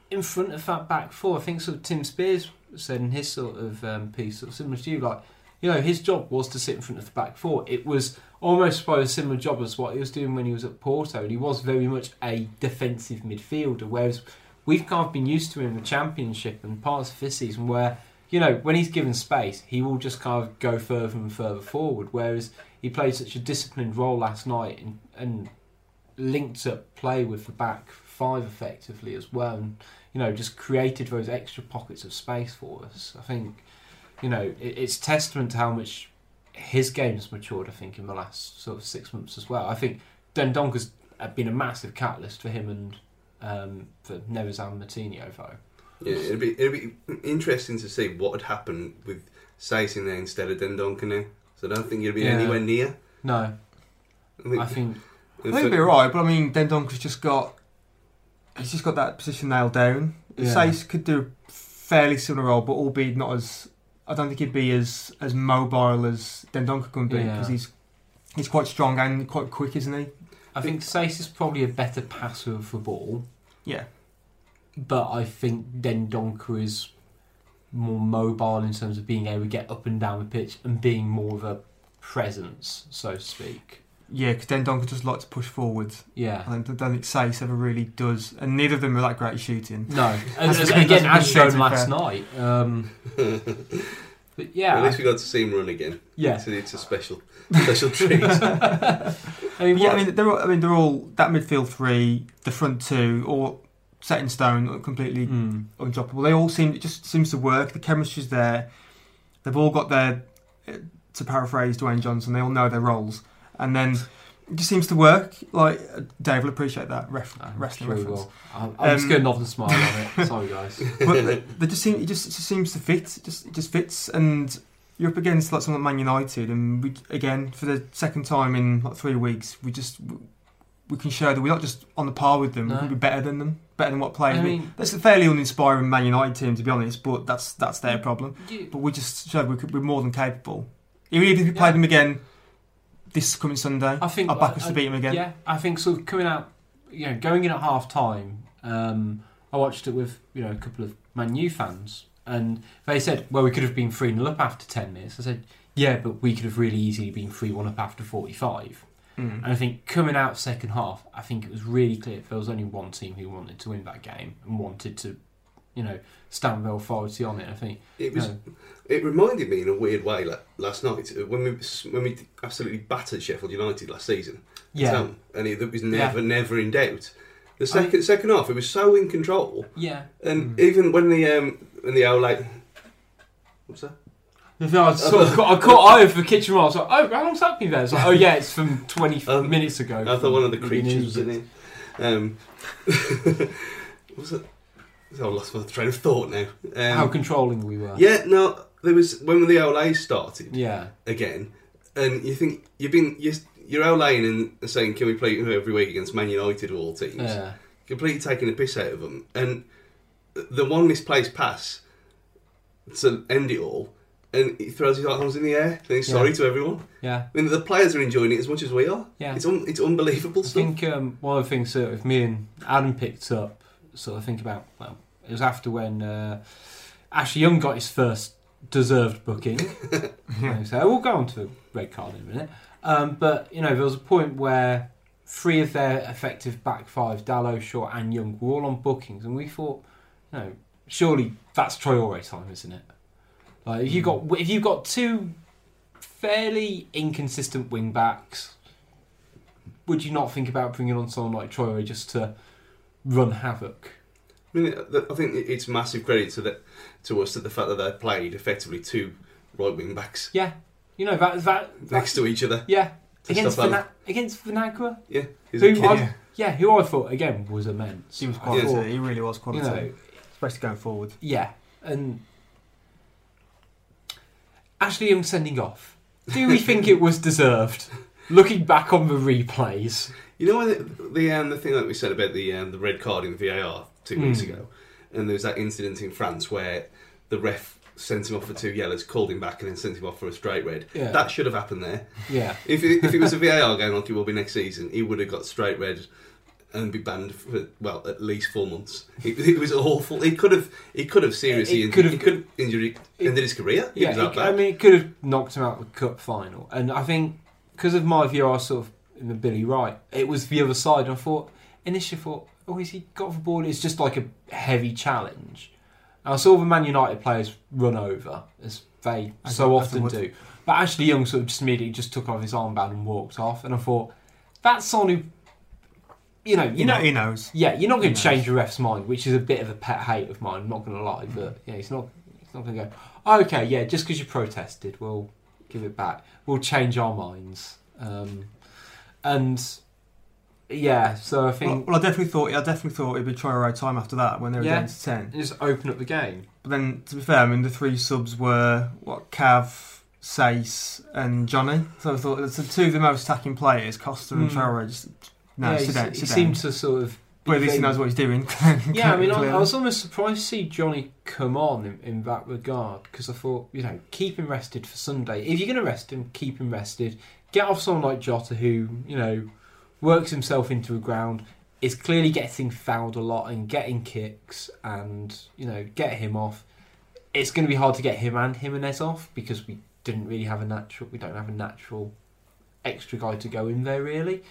Speaker 1: in front of that back four. I think sort of Tim Spears said in his sort of um, piece, sort of similar to you, like you know, his job was to sit in front of the back four. It was almost by a similar job as what he was doing when he was at Porto, and he was very much a defensive midfielder. Whereas we've kind of been used to him in the Championship and parts of this season where. You know, when he's given space, he will just kind of go further and further forward. Whereas he played such a disciplined role last night and, and linked up play with the back five effectively as well and you know just created those extra pockets of space for us i think you know it, it's testament to how much his game's matured i think in the last sort of six months as well i think dendonka's been a massive catalyst for him and um, for Neves and Martino though
Speaker 3: Yeah, it'd be it'd be interesting to see what would happen with Sace in there instead of Dendonka now. So I don't think he'd be
Speaker 1: Yeah.
Speaker 3: anywhere near.
Speaker 1: no
Speaker 3: I think,
Speaker 1: i think
Speaker 2: I think he'll be alright, but I mean, Dendonka's just got. He's just got that position nailed down.
Speaker 1: Yeah.
Speaker 2: Sace could do a fairly similar role, but albeit not as. I don't think he'd be as as mobile as Dendonka can be
Speaker 1: Yeah.
Speaker 2: because he's he's quite strong and quite quick, isn't he?
Speaker 1: I think Sace is probably a better passer of the ball.
Speaker 2: Yeah.
Speaker 1: But I think Dendonka is more mobile in terms of being able to get up and down the pitch and being more of a presence, so to speak.
Speaker 2: Yeah, because Dendonka just likes to push forward.
Speaker 1: Yeah.
Speaker 2: I don't, I don't think Sace ever really does, and neither of them are that great at shooting.
Speaker 1: No. as,
Speaker 2: That's
Speaker 1: as-
Speaker 2: good-
Speaker 1: again,
Speaker 2: that's
Speaker 1: as
Speaker 2: good
Speaker 1: shown
Speaker 2: shooting
Speaker 1: last
Speaker 2: fair.
Speaker 1: night. Um, but
Speaker 3: At
Speaker 1: yeah.
Speaker 3: least we got to see him run again.
Speaker 1: Yeah.
Speaker 3: So it's a special, special treat.
Speaker 1: I mean,
Speaker 2: yeah,
Speaker 1: what-
Speaker 2: I mean they're all, I mean they're all that midfield three, the front two, all set in stone, or completely
Speaker 1: Mm.
Speaker 2: undroppable. They all seem it just seems to work. The chemistry's there. They've all got their eh, to paraphrase Dwayne Johnson. They all know their roles, and then it just seems to work. Like uh, Dave will appreciate that ref,
Speaker 1: I'm
Speaker 2: wrestling
Speaker 1: sure we
Speaker 2: reference.
Speaker 1: will. ah, I'm, I'm just
Speaker 2: Um,
Speaker 1: going off and smile on it. Sorry, guys.
Speaker 2: but they- they just seem it just, it just seems to fit. It just it just fits, and you're up against like someone like Man United, and we again for the second time in like three weeks, we just we can show that we're not just on the par with them.
Speaker 1: No.
Speaker 2: We can be better than them, better than what players.
Speaker 1: I
Speaker 2: we-
Speaker 1: mean-
Speaker 2: that's a fairly uninspiring Man United team to be honest, but that's that's their problem.
Speaker 1: You-
Speaker 2: But we just showed we could, we're more than capable. Even if we
Speaker 1: Yeah.
Speaker 2: play them again this coming Sunday,
Speaker 1: I think
Speaker 2: I'll back us to beat them again.
Speaker 1: Yeah, I think sort of coming out, you know, going in at half time. Um, I watched it with you know a couple of Man U fans, and they said, "Well, we could have been three 0 up after ten minutes." I said, "Yeah, but we could have really easily been three one up after forty five.
Speaker 2: Mm.
Speaker 1: And I think coming out second half, I think it was really clear there was only one team who wanted to win that game and wanted to, you know Stanwell authority on it. I think
Speaker 3: It was.
Speaker 1: No.
Speaker 3: It reminded me in a weird way like, last night uh, when we when we absolutely battered Sheffield United last season.
Speaker 1: Yeah.
Speaker 3: Town, and it, it was never never in doubt. The second second half, it was so in control,
Speaker 1: yeah.
Speaker 3: and
Speaker 1: Hmm.
Speaker 3: even when the um when the owl like, what's that?
Speaker 1: The thing I sort of caught, I caught eye over the kitchen wall. I was like, oh, how long's that been there? It's like, oh yeah, it's from 20
Speaker 3: Um,
Speaker 1: minutes ago.
Speaker 3: I thought one of the
Speaker 1: You've been
Speaker 3: creatures was in
Speaker 1: injured.
Speaker 3: it. Um, was it? I lost my train of thought now. Um,
Speaker 1: How controlling we were.
Speaker 3: yeah, no, there was when the OLA started
Speaker 1: Yeah.
Speaker 3: again, and you think you've been you're, you're OLAing and saying, "Can we play every week against Man United or all teams?"
Speaker 1: Yeah.
Speaker 3: Completely taking the piss out of them, and the one misplaced pass to end it all, and he throws his arms in the air, saying sorry
Speaker 1: Yeah.
Speaker 3: to everyone.
Speaker 1: Yeah.
Speaker 3: I mean, the players are enjoying it as much as we are.
Speaker 1: Yeah.
Speaker 3: It's un- it's unbelievable
Speaker 1: I
Speaker 3: stuff.
Speaker 1: think um, one of the things that if me and Adam picked up, sort of think about, well, it was after when uh, Ashley Young got his first deserved booking. And so we'll go on to red card in a minute. Um, but, you know, there was a point where three of their effective back five, Dallow, Shaw, and Young, were all on bookings. And we thought, you know, surely that's Traore time, isn't it? Like, if you've got, if you got two fairly inconsistent wing backs, would you not think about bringing on someone like Troy just to run havoc?
Speaker 3: I mean, th- I think it- it's massive credit to that to us that the fact that they played effectively two right wing backs
Speaker 1: Yeah, you know that that, that
Speaker 3: next to each other.
Speaker 1: yeah
Speaker 3: To
Speaker 1: against
Speaker 3: stop
Speaker 1: Vina-
Speaker 3: that.
Speaker 1: against Vinagua,
Speaker 3: Yeah, he's a
Speaker 1: who
Speaker 3: kid.
Speaker 1: I, yeah, who I thought again was immense.
Speaker 2: He was
Speaker 1: I
Speaker 2: quite
Speaker 1: thought,
Speaker 2: He really was
Speaker 1: you
Speaker 2: quality,
Speaker 1: know,
Speaker 2: especially going forward.
Speaker 1: yeah, and Ashley Young sending off. Do we think it was deserved? Looking back on the replays,
Speaker 3: You know what, the um, the thing that we said about the um, the red card in VAR two weeks
Speaker 1: Mm.
Speaker 3: ago, and there was that incident in France where the ref sent him off for two yellows, called him back, and then sent him off for a straight red.
Speaker 1: Yeah.
Speaker 3: That should have happened there.
Speaker 1: yeah,
Speaker 3: If it, if it was a VAR game like it will be next season, he would have got straight red and be banned for well at least four months. It, it was awful. He could have he could have seriously
Speaker 1: It
Speaker 3: injured,
Speaker 1: could have-
Speaker 3: he could have injured ended his career. He
Speaker 1: Yeah,
Speaker 3: was that
Speaker 1: it-
Speaker 3: bad.
Speaker 1: I mean, it could have knocked him out of the cup final, and I think because of my view, I was sort of in the Billy Wright. It was the other side, and I thought initially I thought, oh, is he got off the board? It's just like a heavy challenge. And I saw the Man United players run over as they
Speaker 2: As-
Speaker 1: so
Speaker 2: as they
Speaker 1: often
Speaker 2: would.
Speaker 1: do, but Ashley Young sort of just immediately just took off his armband and walked off, and I thought that's someone who, you know, you
Speaker 2: You know,
Speaker 1: know,
Speaker 2: he knows.
Speaker 1: yeah, you're not going to
Speaker 2: Who knows?
Speaker 1: change a ref's mind, which is a bit of a pet hate of mine. I'm not going to lie, but yeah, it's not. It's not going to go. "Oh, okay, yeah, just because you protested, we'll give it back. We'll change our minds. Um, and yeah, so I
Speaker 2: Well,
Speaker 1: think
Speaker 2: well, I definitely thought I definitely thought it'd be Traore time after that when they were
Speaker 1: Yeah.
Speaker 2: down to ten.
Speaker 1: just open up the game.
Speaker 2: But then, to be fair, I mean the three subs were what Cav, Sace, and Johnny. So I thought it's the two of the most attacking players, Costa and
Speaker 1: Mm.
Speaker 2: Traore. Just no,
Speaker 1: yeah,
Speaker 2: sit
Speaker 1: he,
Speaker 2: down,
Speaker 1: he
Speaker 2: sit down.
Speaker 1: seemed to sort of.
Speaker 2: But at least he
Speaker 1: they-
Speaker 2: knows what he's doing.
Speaker 1: Yeah, I mean, I,
Speaker 2: Clearly.
Speaker 1: I was almost surprised to see Johnny come on in, in that regard because I thought, you know, keep him rested for Sunday. If you're going to rest him, keep him rested. Get off someone like Jota who, you know, works himself into a ground, is clearly getting fouled a lot and getting kicks, and, you know, get him off. It's going to be hard to get him and Jimenez off because we didn't really have a natural, we don't have a natural extra guy to go in there, really.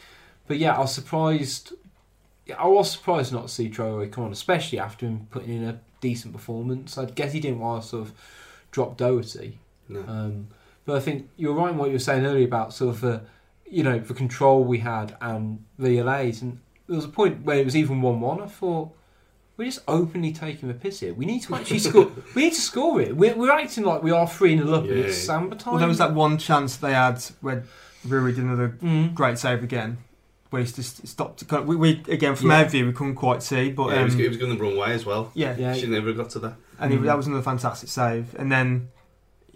Speaker 1: But yeah, I was surprised yeah, I was surprised not to see Traore come on, especially after him putting in a decent performance. I guess he didn't want to sort of drop Doherty.
Speaker 3: No.
Speaker 1: Um, but I think you're right in what you were saying earlier about sort of the, you know, the control we had and the LAs. And there was a point where it was even 1 1. I thought, we're just openly taking the piss here. We need to actually score. We need to score it. We're, we're acting like we are 3 0 up and it's
Speaker 3: Yeah.
Speaker 1: Samba time.
Speaker 2: Well, there was that one chance they had where Rui did another
Speaker 1: Mm.
Speaker 2: great save again, where he's just stopped. We, we again from
Speaker 1: Yeah.
Speaker 2: our view we couldn't quite see, but
Speaker 3: yeah, it, was,
Speaker 2: um,
Speaker 3: it was going the wrong way as well.
Speaker 2: yeah,
Speaker 1: Yeah,
Speaker 3: She never got to that.
Speaker 2: and he,
Speaker 1: Mm.
Speaker 2: that was another fantastic save. And then,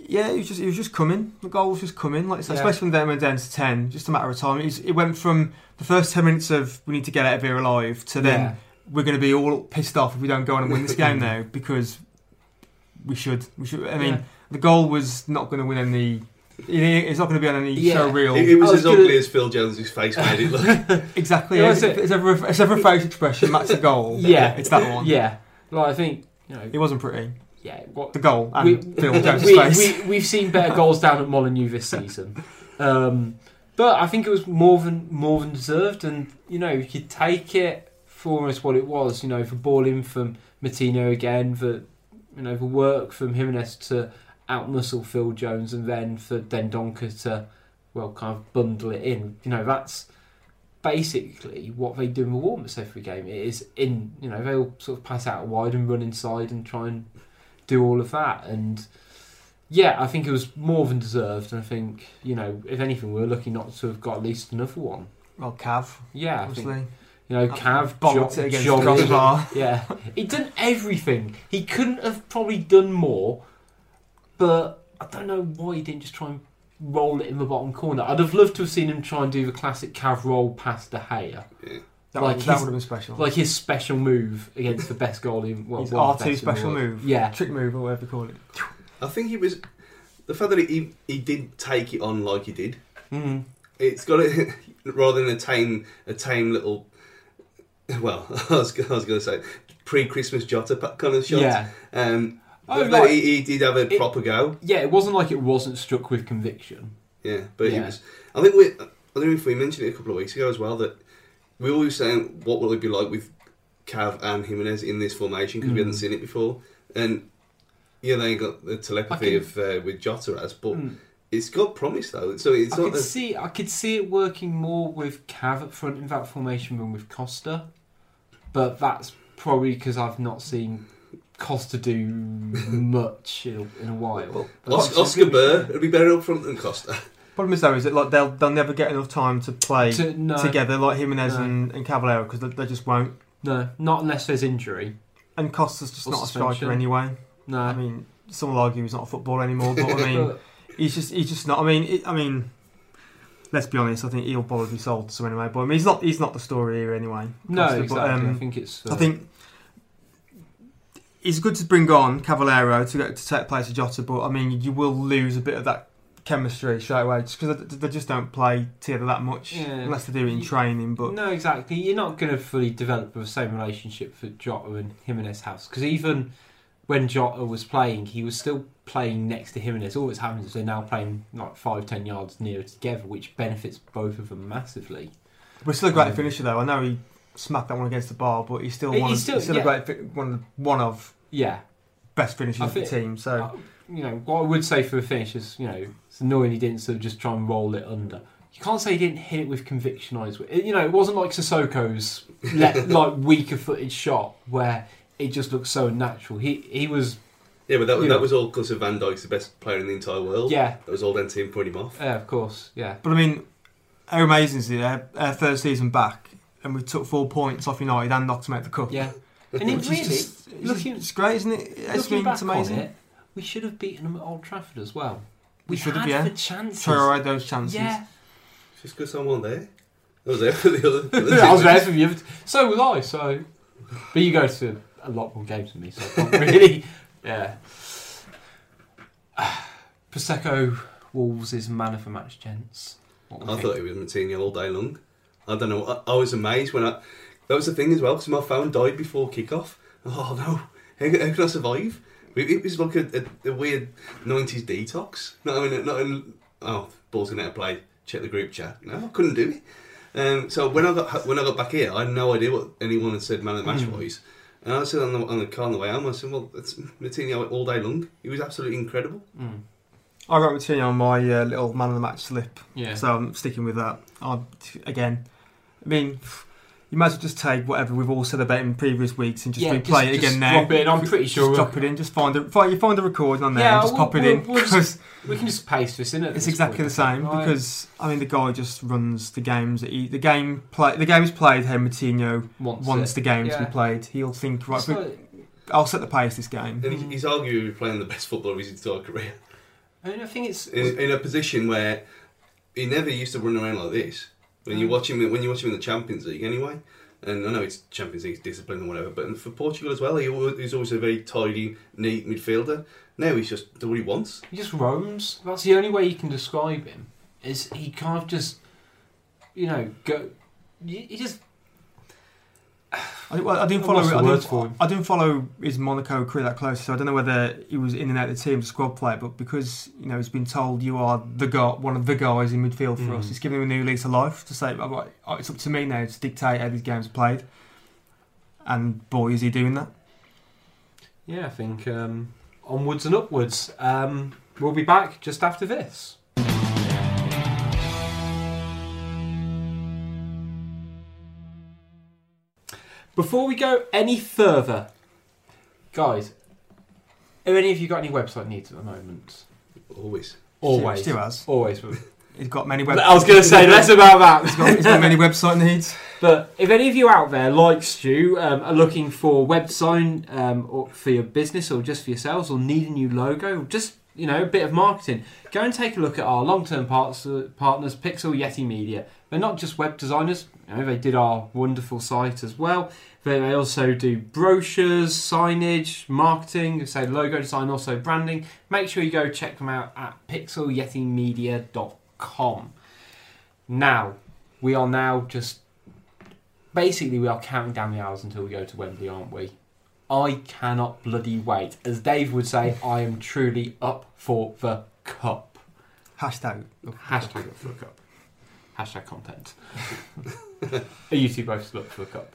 Speaker 2: yeah, it was just it was just coming. The goal was just coming. Like I said,
Speaker 1: Yeah.
Speaker 2: especially when they went down to ten, just a matter of time. It, was- it went from the first ten minutes of we need to get out of here alive to then
Speaker 1: Yeah.
Speaker 2: we're going to be all pissed off if we don't go on and win this game now because we should. We should. I mean,
Speaker 1: Yeah.
Speaker 2: the goal was not going to win any. it- It's not going to be on any
Speaker 1: Yeah.
Speaker 2: show reel.
Speaker 3: It, it was,
Speaker 1: I was
Speaker 3: as
Speaker 1: gonna-
Speaker 3: ugly as Phil Jones's face made it look.
Speaker 2: Exactly.
Speaker 1: Yeah,
Speaker 2: it's,
Speaker 1: that's it.
Speaker 2: it's, every, it's every face expression. That's the goal.
Speaker 1: Yeah.
Speaker 2: It's that one.
Speaker 1: yeah. Like, I think, you know,
Speaker 2: It wasn't pretty.
Speaker 1: yeah, what,
Speaker 2: The goal and
Speaker 1: We-
Speaker 2: Phil Jones'
Speaker 1: we,
Speaker 2: face.
Speaker 1: we, we've seen better goals down at Molyneux this season. Um, but I think it was more than more than deserved, and you know you take it for almost what it was. You know, the ball in from Matino again, the you know the work from Jimenez to outmuscle Phil Jones, and then for Dendonka to well kind of bundle it in. You know, that's basically what they do in the warm-ups every game. It is in you know they'll sort of pass out wide and run inside and try and do all of that and. Yeah, I think it was more than deserved, and I think you know, if anything, we were lucky not to have got at least another one.
Speaker 2: Well, Cav,
Speaker 1: Yeah, I think
Speaker 2: obviously.
Speaker 1: you know, Cav
Speaker 2: Bollocks
Speaker 1: jo-
Speaker 2: it against
Speaker 1: jogged.
Speaker 2: crossbar.
Speaker 1: Yeah, he done everything. He couldn't have probably done more, but I don't know why he didn't just try and roll it in the bottom corner. I'd have loved to have seen him try and do the classic Cav roll past De Gea,
Speaker 2: That,
Speaker 1: Like
Speaker 2: would, that
Speaker 1: his-
Speaker 2: would have been special.
Speaker 1: like his special move against the best goalie. in- Well,
Speaker 2: His
Speaker 1: one of the
Speaker 2: R2
Speaker 1: best in the
Speaker 2: special
Speaker 1: world.
Speaker 2: move.
Speaker 1: Yeah,
Speaker 2: Trick move or whatever you call it.
Speaker 3: I think he was the fact that he he did take it on like he did.
Speaker 2: Mm-hmm.
Speaker 1: mm.
Speaker 3: It's got to rather than a tame a tame little. Well, I was, I was going to say pre-Christmas Jota pa- kind of shot.
Speaker 1: yeah,
Speaker 3: Um,
Speaker 1: Oh,
Speaker 3: but
Speaker 1: like-
Speaker 3: he, he did have a
Speaker 1: It-
Speaker 3: proper go.
Speaker 1: yeah. It wasn't like it wasn't struck with conviction.
Speaker 3: Yeah, but he
Speaker 1: Yeah.
Speaker 3: was. I think we. I don't know if we mentioned it a couple of weeks ago as well that we were always saying what will it be like with Cav and Jimenez in this formation because we
Speaker 1: Mm.
Speaker 3: hadn't seen it before, and yeah, they ain't got the telepathy
Speaker 1: can-
Speaker 3: of uh, with Jota as, but
Speaker 1: Mm.
Speaker 3: it's got promise though. So it's
Speaker 1: I
Speaker 3: not.
Speaker 1: could
Speaker 3: that-
Speaker 1: see I could see it working more with Cav up front in that formation than with Costa, but that's probably because I've not seen Costa do much in a, in a while.
Speaker 3: Well, Os- Oscar Burr would be better up front than Costa.
Speaker 2: Problem is though, is that like they'll they'll never get enough time to play
Speaker 1: To- no,
Speaker 2: together, like Jimenez
Speaker 1: No.
Speaker 2: and, and Caballero, because they, they just won't.
Speaker 1: no, not unless there's injury.
Speaker 2: And Costa's just
Speaker 1: Or
Speaker 2: not a
Speaker 1: suspension.
Speaker 2: striker anyway.
Speaker 1: No,
Speaker 2: I mean, some will argue he's not a footballer anymore, but I mean,
Speaker 1: But-
Speaker 2: he's just he's just not. I mean, it, I mean, let's be honest. I think he'll probably be sold to someone anyway. But I mean, he's not he's not the story here anyway.
Speaker 1: no,
Speaker 2: Costa,
Speaker 1: exactly.
Speaker 2: But,
Speaker 1: I
Speaker 2: um,
Speaker 1: think it's.
Speaker 2: I think it's good to bring on Cavallero to get to take place of Jota, but I mean, you will lose a bit of that chemistry straight away just because they, they just don't play together that much
Speaker 1: Yeah.
Speaker 2: unless they do in
Speaker 1: You-
Speaker 2: training. But
Speaker 1: no, exactly. You're not going to fully develop the same relationship that Jota and Jimenez has because even when Jota was playing, he was still playing next to Jimenez. All that's happened is they're now playing like five, ten yards nearer together, which benefits both of them massively.
Speaker 2: we're still a great
Speaker 1: Um,
Speaker 2: finisher, though. I know he smacked that one against the bar, but he's still
Speaker 1: He-
Speaker 2: one,
Speaker 1: he's
Speaker 2: he's
Speaker 1: still-
Speaker 2: still, a
Speaker 1: yeah.
Speaker 2: great fi- one, of the- one of
Speaker 1: Yeah,
Speaker 2: best
Speaker 1: I
Speaker 2: finishers of the
Speaker 1: think-
Speaker 2: team. So
Speaker 1: Uh, you know what I would say for a finish is you know it's annoying he didn't sort of just try and roll it under. You can't say he didn't hit it with conviction. Eyes, you know it wasn't like Sissoko's le- like weaker footed shot where it just looked so unnatural. He he was
Speaker 3: Yeah, but that,
Speaker 1: Yeah.
Speaker 3: that was all because of Van Dijk's the best player in the entire world.
Speaker 1: yeah Uh,
Speaker 3: That was all them team putting him off.
Speaker 1: yeah of course yeah
Speaker 2: But I mean, how amazing is it? Our, our third season back, and we took four points off United and knocked them out of the cup.
Speaker 1: Yeah. And it
Speaker 2: Which is
Speaker 1: really,
Speaker 2: just- it's,
Speaker 1: looking-
Speaker 2: it's great, isn't it? It's
Speaker 1: looking
Speaker 2: been
Speaker 1: back
Speaker 2: it's amazing.
Speaker 1: on it, we should have beaten them at Old Trafford as well.
Speaker 2: We
Speaker 1: We,
Speaker 2: should
Speaker 1: had
Speaker 2: have, yeah.
Speaker 1: the chances.
Speaker 2: Try to ride those chances.
Speaker 1: yeah,
Speaker 3: Just because someone there. I was there for the other. the other
Speaker 1: I was
Speaker 3: team.
Speaker 1: there for you. So was I. So, but you go to a lot more games than me, so I can't really. Yeah. Prosecco Wolves is man of the match, gents. What we
Speaker 3: I
Speaker 1: think.
Speaker 3: thought it was Matinho all day long. I don't know. I, I was amazed when I. That was the thing as well, because my phone died before kickoff. Oh no! How, how can I survive? It, it was like a, a, a weird '90s detox. Not in, not in, oh, ball's gonna out of play. Check the group chat. No, I couldn't do it. Um, so when I got when I got back here, I had no idea what anyone had said man of the match
Speaker 1: Mm.
Speaker 3: wise. And I said on the, on the car on the way home, I said, "Well, it's Matinho all day long. He was absolutely incredible."
Speaker 1: Mm.
Speaker 2: I wrote Matinho on my uh, little man of the match slip,
Speaker 1: Yeah.
Speaker 2: so I'm sticking with that. i again, I mean, you might as well just take whatever we've all said about in previous weeks and just
Speaker 1: Yeah,
Speaker 2: replay it
Speaker 1: just-
Speaker 2: again
Speaker 1: just
Speaker 2: now.
Speaker 1: drop it in, I'm pretty
Speaker 2: Just
Speaker 1: sure-
Speaker 2: drop it in. Just find a find, you find the recording on there
Speaker 1: Yeah,
Speaker 2: and just
Speaker 1: we'll-
Speaker 2: pop it
Speaker 1: we'll-
Speaker 2: in
Speaker 1: we'll just-
Speaker 2: 'cause
Speaker 1: we can just paste this in. at
Speaker 2: It's
Speaker 1: this
Speaker 2: exactly
Speaker 1: point,
Speaker 2: the
Speaker 1: I
Speaker 2: same
Speaker 1: think, right?
Speaker 2: because I mean the guy just runs the games. That he, the game play, the game is played how Matinho
Speaker 1: Wants
Speaker 2: wants
Speaker 1: it.
Speaker 2: the game to
Speaker 1: yeah.
Speaker 2: be played. He'll think right,
Speaker 1: It's like-
Speaker 2: I'll set the pace this game.
Speaker 3: And he, he's arguably playing the best football of his entire career.
Speaker 1: I mean, I think it's
Speaker 3: in, in a position where he never used to run around like this. When you watch him, when you watch him in the Champions League, anyway. And I know it's Champions League discipline and whatever, but for Portugal as well, he always, he's always a very tidy, neat midfielder. Now he's just do what he wants.
Speaker 1: He just roams. That's the only way you can describe him. Is he kind of just, you know, go? He he just
Speaker 2: I, well, I didn't
Speaker 1: I've
Speaker 2: follow.
Speaker 1: lost the
Speaker 2: I
Speaker 1: words for him.
Speaker 2: didn't, I didn't follow his Monaco career that close, so I don't know whether he was in and out of the team, squad player. But because you know he's been told you are the guy, one of the guys in midfield for
Speaker 1: Mm.
Speaker 2: "Oh, us, it's given him a new lease of life to say "Right, right, it's up to me now to dictate how these games are played. and boy is he doing that.
Speaker 1: Yeah, I think um, onwards and upwards. Um, we'll be back just after this. Before we go any further, guys, have any of you got any website needs at the moment?
Speaker 3: Always.
Speaker 1: Always.
Speaker 2: Stu has.
Speaker 1: Always.
Speaker 2: He's got many web.
Speaker 1: I was going to say less about that.
Speaker 2: He's got, he's got many website needs.
Speaker 1: But if any of you out there, like Stu, um, are looking for website um, or for your business or just for yourselves or need a new logo, just you know a bit of marketing, go and take a look at our long-term parts, uh, partners, Pixel Yeti Media. They're not just web designers; you know, they did our wonderful site as well. They, they also do brochures, signage, marketing, say logo design, also branding. Make sure you go check them out at pixelyetimedia.com. Now, we are now just basically we are counting down the hours until we go to Wembley, aren't we? I cannot bloody wait. As Dave would say, I am truly up for the cup.
Speaker 2: Hashtag.
Speaker 1: Hashtag up for the cup. Hashtag content. Are you two both still up for the cup?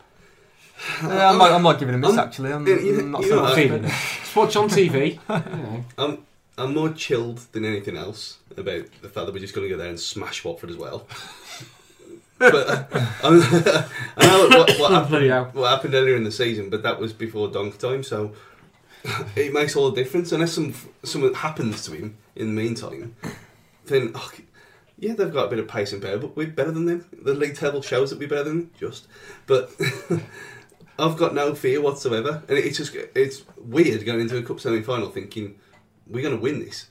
Speaker 2: Yeah, I'm, not, I'm not giving him this
Speaker 3: I'm-
Speaker 2: actually. I'm,
Speaker 3: Yeah, Um, you-
Speaker 2: I'm not
Speaker 3: you
Speaker 2: so
Speaker 3: know,
Speaker 2: much.
Speaker 3: I-
Speaker 2: of it.
Speaker 1: Just watch on TV. you know.
Speaker 3: I'm more chilled than anything else about the fact that we're just going to go there and smash Watford as well. but uh, I'm- I know what, what,
Speaker 1: Bloody
Speaker 3: happened,
Speaker 1: hell.
Speaker 3: what happened earlier in the season, but that was before donk time, so it makes all the difference. Unless some something happens to him in the meantime, then oh, yeah, they've got a bit of pace and power, but we're better than them. The league table shows that we're better than them, just. But I've got no fear whatsoever, and it's just it's weird going into a cup semi final thinking we're going to win this.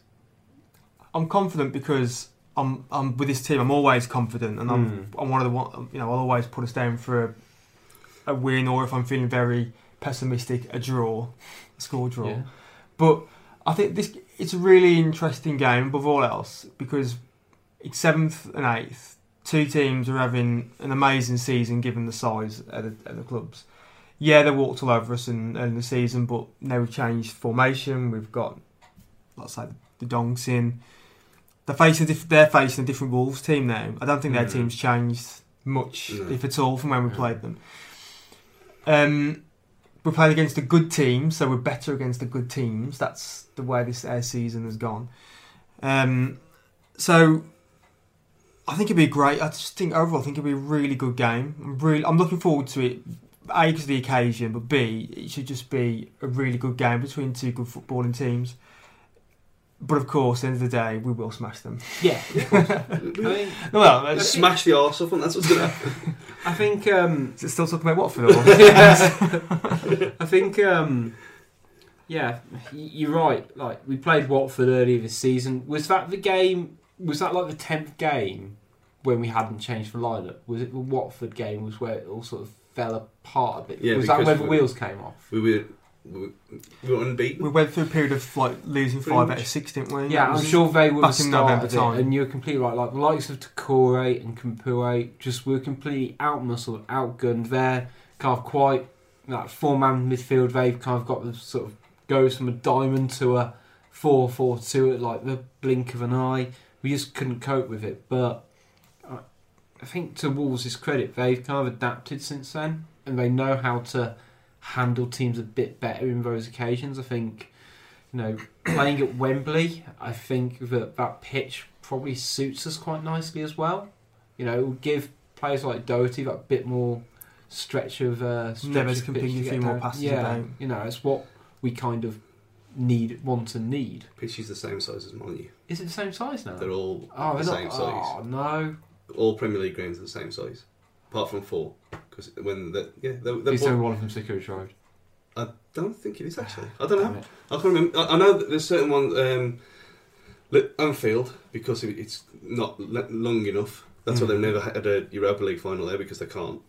Speaker 2: I'm confident because I'm, I'm with this team. I'm always confident, and I'm, I'm one of the one. You know, I'll always put us down for a, a win, or if I'm feeling very pessimistic, a draw, a score draw.
Speaker 1: Yeah.
Speaker 2: But I think this it's a really interesting game above all else because it's seventh and eighth. Two teams are having an amazing season given the size of the, of the clubs. Yeah, they walked all over us in, in the season, but now we've changed formation. We've got, let's say, the Donks in. They're facing, a diff- they're facing a different Wolves team now. I don't think their
Speaker 3: Mhm.
Speaker 2: team's changed much,
Speaker 3: No.
Speaker 2: if at all, from when we
Speaker 1: Yeah.
Speaker 2: played them. Um, we're playing against a good team, so we're better against the good teams. That's the way this air season has gone. Um, so I think it'd be great. I just think overall, I think it'd be a really good game. I'm really, I'm looking forward to it. A because of the occasion, but B it should just be a really good game between two good footballing teams. But of course, at the end of the day, we will smash them.
Speaker 1: Yeah. I
Speaker 3: Let's
Speaker 1: think,
Speaker 2: Well, uh, it's,
Speaker 3: smash the arse off, and that's what's going to happen.
Speaker 1: I think um,
Speaker 2: is it still talking about Watford. Or?
Speaker 1: I think, um, yeah, y- you're right. Like we played Watford earlier this season. Was that the game? Was that like the tenth game when we hadn't changed the lineup? Was it the Watford game? Was where it all sort of fell apart a bit?
Speaker 3: Yeah,
Speaker 1: was that
Speaker 3: because
Speaker 1: where the
Speaker 3: we-
Speaker 1: wheels came off?
Speaker 3: We were we were unbeaten.
Speaker 2: we went through a period of like losing
Speaker 3: Pretty
Speaker 2: five
Speaker 3: much.
Speaker 2: out of six, didn't we?
Speaker 1: Yeah,
Speaker 2: That
Speaker 1: I'm
Speaker 2: was-
Speaker 1: sure they were the
Speaker 2: back in
Speaker 1: start
Speaker 2: November
Speaker 1: of it,
Speaker 2: time.
Speaker 1: and you're completely right. Like the likes of Takore and Kampure just were completely outmuscled, outgunned. There, kind of quite that four-man midfield. They've kind of got the sort of goes from a diamond to a four-four-two at like the blink of an eye. We just couldn't cope with it. But I I think to Wolves' credit, they've kind of adapted since then, and they know how to handle teams a bit better in those occasions. I think you know playing at Wembley, I think that that pitch probably suits us quite nicely as well. You know, it will give players like Doherty that bit more stretch of uh, stretch
Speaker 2: Neves
Speaker 1: of
Speaker 2: can
Speaker 1: pitch
Speaker 2: ping
Speaker 1: to
Speaker 2: you a
Speaker 1: get
Speaker 2: few more
Speaker 1: down.
Speaker 2: passes
Speaker 1: Yeah,
Speaker 2: about.
Speaker 1: you know, it's what we kind of need, want, and need.
Speaker 3: Pitch is the same size as mine.
Speaker 1: Is it the same size now?
Speaker 3: They're all
Speaker 1: oh,
Speaker 3: the
Speaker 1: they're
Speaker 3: same
Speaker 1: not,
Speaker 3: size.
Speaker 1: Oh no,
Speaker 3: All Premier League grounds are the same size, apart from four. Because when the yeah, the, the
Speaker 1: he's
Speaker 3: ball-
Speaker 1: only one of them secure drive.
Speaker 3: I don't think it is actually. I don't know. I can't remember. I, I know that there's certain ones. Um, li- Anfield because it- it's not le- long enough. That's why
Speaker 1: Mm.
Speaker 3: they've never had a Europa League final there because they can't.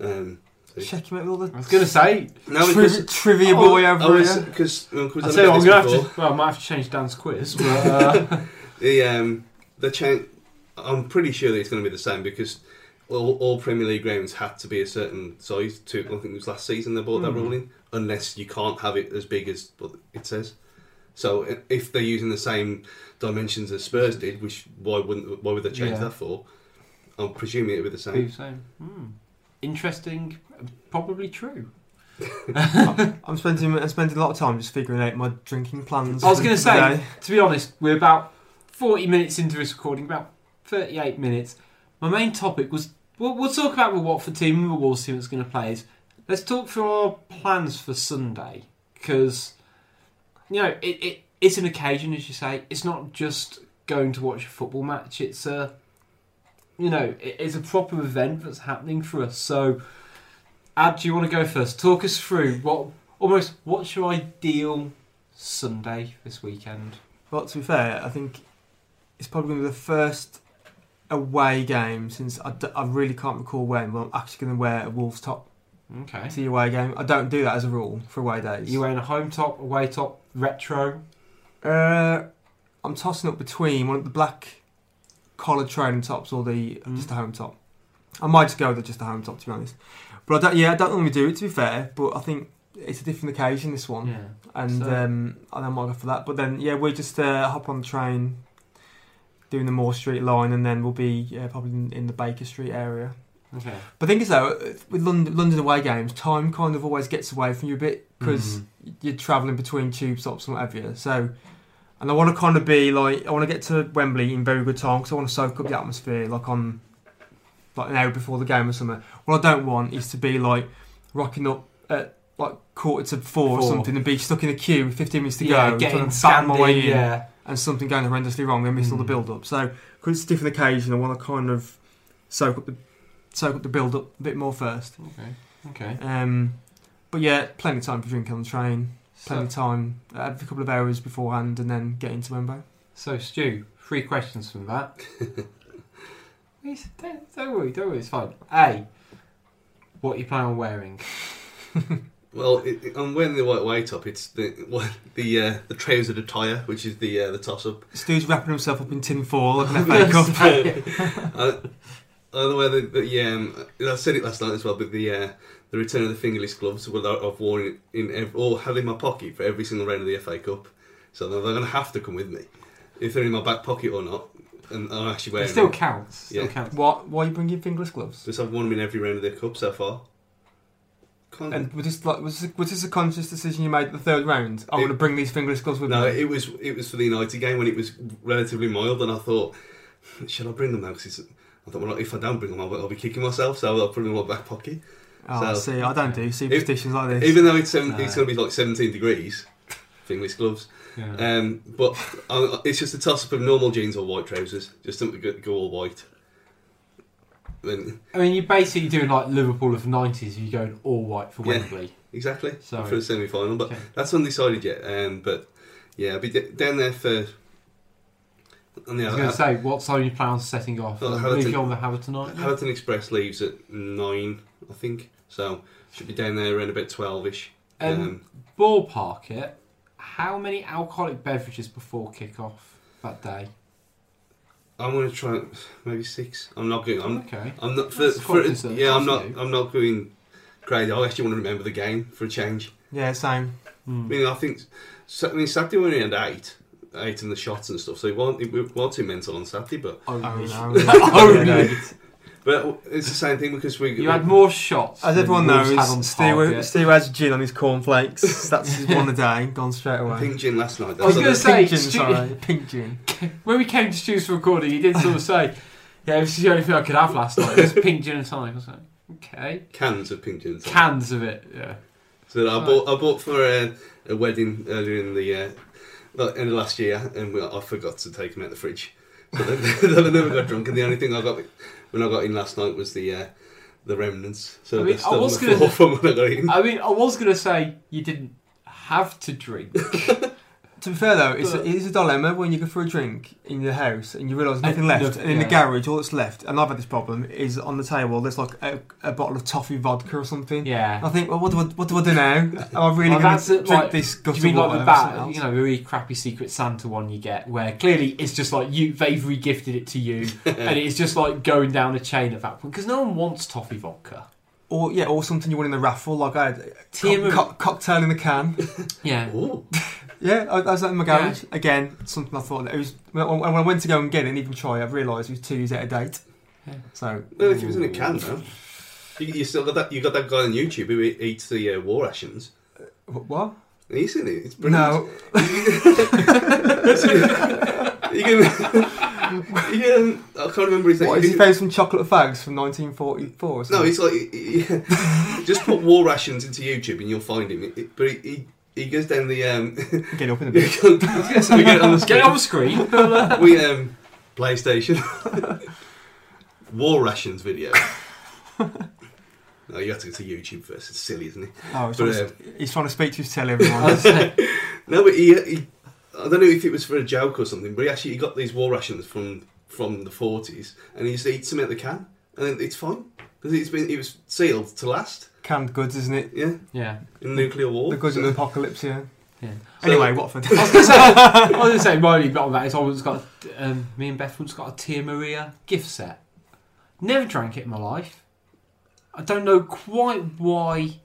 Speaker 3: Um,
Speaker 2: Check him out with all the
Speaker 1: I was gonna say.
Speaker 3: now
Speaker 2: Triv- trivia
Speaker 3: Oh,
Speaker 2: boy over
Speaker 3: I
Speaker 2: here.
Speaker 3: because well, 'cause
Speaker 1: I
Speaker 3: I've
Speaker 1: tell you,
Speaker 3: done
Speaker 1: what, I'm
Speaker 3: this
Speaker 1: gonna
Speaker 3: before.
Speaker 1: have to. Well, I might have to change Dan's quiz. But, uh,
Speaker 3: The um, the change. I'm pretty sure that it's going to be the same because all, all Premier League grounds had to be a certain size. To I think it was last season they brought that
Speaker 1: Hmm.
Speaker 3: rule in, unless you can't have it as big as what it says. So i- if they're using the same dimensions as Spurs did, which why wouldn't why would they change
Speaker 1: Yeah.
Speaker 3: that for? I'm presuming it'd be the
Speaker 1: be
Speaker 3: same.
Speaker 1: the same. Hmm. Interesting, probably true.
Speaker 2: I'm spending I'm spending a lot of time just figuring out my drinking plans.
Speaker 1: I was
Speaker 2: for
Speaker 1: going to
Speaker 2: the
Speaker 1: say,
Speaker 2: day.
Speaker 1: to be honest, we're about 40 minutes into this recording, about 38 minutes. My main topic was we'll, we'll talk about the Watford team and the Wolves team that's going to play. Is let's talk through our plans for Sunday because you know it, it it's an occasion, as you say. It's not just going to watch a football match. It's a you know it, it's a proper event that's happening for us. So, Ad, do you want to go first? Talk us through what almost what's your ideal Sunday this weekend.
Speaker 2: Well, to be fair, I think it's probably going to be the first away game since I, d- I really can't recall when. Well, I'm actually going to wear a Wolves top
Speaker 1: Okay.
Speaker 2: to the away game. I don't do that as a rule for away days.
Speaker 1: You wearing a home top, away top, retro?
Speaker 2: Uh, I'm tossing up between one of the black collared training tops or the
Speaker 1: Mm.
Speaker 2: just a home top. I might just go with just a home top to be honest. But I don't, yeah, I don't normally do it to be fair. But I think it's a different occasion this one,
Speaker 1: Yeah.
Speaker 2: and
Speaker 1: So-
Speaker 2: um, I don't mind go for that. But then yeah, we just uh, hop on the train, doing the Moore Street line, and then we'll be yeah, probably in, in the Baker Street area.
Speaker 1: Okay.
Speaker 2: But the thing is though, uh, with London, London away games, time kind of always gets away from you a bit because
Speaker 1: Mm-hmm.
Speaker 2: you're travelling between tube stops and whatever. So, and I want to kind of be like, I want to get to Wembley in very good time because I want to soak up the atmosphere, like on like an hour before the game or something. What I don't want is to be like rocking up at like quarter to four, or
Speaker 1: Four.
Speaker 2: something and be stuck in a queue with 15 minutes to
Speaker 1: yeah,
Speaker 2: go,
Speaker 1: getting
Speaker 2: trying to bat my way
Speaker 1: standing,
Speaker 2: in,
Speaker 1: yeah.
Speaker 2: and something going horrendously wrong and missed all the
Speaker 1: Mm.
Speaker 2: build up. So, because it's a different occasion, I want to kind of soak up the soak up the build up a bit more first.
Speaker 1: Okay. Okay.
Speaker 2: Um, but yeah, plenty of time for drinking on the train plenty
Speaker 1: So,
Speaker 2: of time, uh, a couple of hours beforehand, and then get into Wembley.
Speaker 1: so Stu, three questions from that. Please, don't, don't worry, don't worry, it's fine. A, what you plan on wearing?
Speaker 3: Well, it, it, I'm wearing the white way top. It's the what, the uh, the trousered attire, which is the uh, the toss up.
Speaker 2: Stu's wrapping himself up in tin foil like an FA Cup.
Speaker 3: I, I wear the, the yeah, um, I said it last night as well, but the uh, the return of the fingerless gloves well, I- I've worn it in ev- or had in my pocket for every single round of the FA Cup, so they're, going to have to come with me if they're in my back pocket or not, and I'm actually
Speaker 1: It
Speaker 3: wearing
Speaker 1: still
Speaker 3: them
Speaker 1: counts. Still
Speaker 3: Yeah.
Speaker 1: counts.
Speaker 2: What? Why are you bringing fingerless gloves?
Speaker 3: because I've worn them in every round of the cup so far. Can't,
Speaker 2: And was this like was this, was this a conscious decision you made at the third round? I'm
Speaker 3: It-
Speaker 2: going to bring these fingerless gloves with
Speaker 3: No,
Speaker 2: me.
Speaker 3: it was it was for the United game when it was relatively mild, and I thought, should I bring them now? 'Cause it's I thought, well, if I don't bring them, I'll, I'll be kicking myself, so I'll put them in my back pocket.
Speaker 2: oh,
Speaker 3: so-
Speaker 2: see, I don't do superstitions like this.
Speaker 3: Even though it's seven,
Speaker 1: No.
Speaker 3: it's going to be like 17 degrees, fingerless gloves.
Speaker 1: Yeah.
Speaker 3: Um, but I, it's just a toss up of normal jeans or white trousers, just to go, go all white. Then
Speaker 1: I mean, you're basically doing like Liverpool of the 90s, you're going all white for
Speaker 3: Yeah.
Speaker 1: Wembley.
Speaker 3: exactly
Speaker 1: Sorry.
Speaker 3: for the semi final, but
Speaker 1: Okay.
Speaker 3: that's undecided yet. Um, but yeah, I'll be d- down there for. On the
Speaker 1: I was
Speaker 3: other-
Speaker 1: going to say, what time you plan on setting off?
Speaker 3: Well,
Speaker 1: Well,
Speaker 3: Haverton-
Speaker 1: Moving on with Haverton, aren't you?
Speaker 3: Haverton Express leaves at nine, I think. So should be down there around about twelve ish.
Speaker 1: Um, ballpark it, how many alcoholic beverages before kick-off that day?
Speaker 3: I'm gonna try maybe six. I'm not going. I'm,
Speaker 1: okay.
Speaker 3: I'm not for,
Speaker 1: That's quite
Speaker 3: for
Speaker 1: decent,
Speaker 3: yeah. I'm
Speaker 1: that's
Speaker 3: not.
Speaker 1: new.
Speaker 3: I'm not going crazy. I actually want to remember the game for a change.
Speaker 2: yeah, same.
Speaker 1: Hmm.
Speaker 3: I mean, I think. So, I mean, Saturday we only had eight, eight and the shots and stuff. So it weren't, it weren't too mental on Saturday, but
Speaker 1: Oh,
Speaker 2: I mean,
Speaker 1: no.
Speaker 2: I mean,
Speaker 1: Oh,
Speaker 2: yeah,
Speaker 1: no.
Speaker 3: but it's the same thing because we
Speaker 1: You had more shots.
Speaker 2: As
Speaker 1: than
Speaker 2: everyone
Speaker 1: Wolves had on
Speaker 2: knows, Stu,
Speaker 1: target.
Speaker 2: Stu has gin on his cornflakes. That's his one a day, gone straight away.
Speaker 3: I think gin last night.
Speaker 1: I was
Speaker 3: That's
Speaker 1: gonna
Speaker 3: on
Speaker 2: pink
Speaker 1: say,
Speaker 3: the-
Speaker 2: gin,
Speaker 1: Stu-
Speaker 2: sorry, pink gin.
Speaker 1: when we came to choose for recording, he did sort of say, "Yeah, this is the only thing I could have last night. This pink gin and tonic." I was like, "Okay,
Speaker 3: cans of pink gin.
Speaker 1: cans of it." Yeah.
Speaker 3: So that I bought I bought for a, a wedding earlier in the uh, well, end of last year, and we, I forgot to take them out the fridge. So then, then I never got drunk, and the only thing I got when I got in last night was the uh, the remnants. So
Speaker 1: I mean,
Speaker 3: they're still
Speaker 1: I
Speaker 3: on
Speaker 1: was
Speaker 3: the
Speaker 1: gonna-
Speaker 3: floor from when I got in.
Speaker 1: I mean, I was gonna say you didn't have to drink,
Speaker 2: To be fair though, it's a,
Speaker 1: But-
Speaker 2: it is a dilemma when you go for a drink in your house and you realise nothing
Speaker 1: And
Speaker 2: left,
Speaker 1: nothing-
Speaker 2: and in the
Speaker 1: Uh, yeah.
Speaker 2: garage all that's left, and I've had this problem is on the table there's like a, a bottle of toffee vodka or something.
Speaker 1: yeah.
Speaker 2: I think, well, what do I, what do I do now? Am I really
Speaker 1: Well,
Speaker 2: going
Speaker 1: that's
Speaker 2: to
Speaker 1: it,
Speaker 2: drink
Speaker 1: like,
Speaker 2: this?
Speaker 1: Do
Speaker 2: gutter
Speaker 1: you mean like
Speaker 2: water
Speaker 1: the
Speaker 2: or
Speaker 1: bat,
Speaker 2: something
Speaker 1: you
Speaker 2: else?
Speaker 1: know, the really crappy Secret Santa one you get, where clearly it's just like you they've regifted it to you, and it's just like going down a chain at that point because no one wants toffee vodka.
Speaker 2: Or yeah, or something you want in the raffle, like I had
Speaker 1: TMO.
Speaker 2: co- co- cocktail in the can.
Speaker 1: Yeah,
Speaker 3: Ooh.
Speaker 2: yeah, I, I was in my garage again. Something I thought it was when, when I went to go and get it and even try, it, I realised it was two years out of date.
Speaker 1: Yeah.
Speaker 2: So
Speaker 3: No, if it was in a can, though. You, you still got that. You got that guy on YouTube who e- eats the uh, war rations.
Speaker 2: Wh- What?
Speaker 3: Have you seen it? It's brilliant.
Speaker 2: No,
Speaker 3: You can, you can, I can't remember his name.
Speaker 2: what
Speaker 3: You
Speaker 2: is he
Speaker 3: can-
Speaker 2: famous from chocolate fags from 1944? Or
Speaker 3: No,
Speaker 2: something?
Speaker 3: it's like yeah. just put war rations into YouTube and you'll find him. It- it- but he, he he goes down the um.
Speaker 2: Get up in the
Speaker 3: we
Speaker 2: bit.
Speaker 3: get on the
Speaker 1: Get
Speaker 3: screen.
Speaker 1: it on the screen.
Speaker 3: we um PlayStation war rations video. no, you have to go to YouTube first. It's silly, isn't it?
Speaker 2: Oh, he's,
Speaker 3: But,
Speaker 2: trying to, he's trying to speak to his telly
Speaker 1: I
Speaker 2: everyone.
Speaker 1: was like,
Speaker 3: No, but he, he I don't know if it was for a joke or something, but he actually he got these war rations from from the forties, and he just eats them out of the can, and then it's fine because it's been it was sealed to last.
Speaker 2: Canned goods, isn't it?
Speaker 3: Yeah,
Speaker 1: yeah.
Speaker 3: in nuclear war.
Speaker 2: The goods of the apocalypse, yeah.
Speaker 1: Yeah.
Speaker 3: So-
Speaker 2: Anyway, Watford.
Speaker 1: I was gonna say, I was gonna say, my only bit on that is I once got um, me and Beth once got a Tia Maria gift set. Never drank it in my life. I don't know quite why.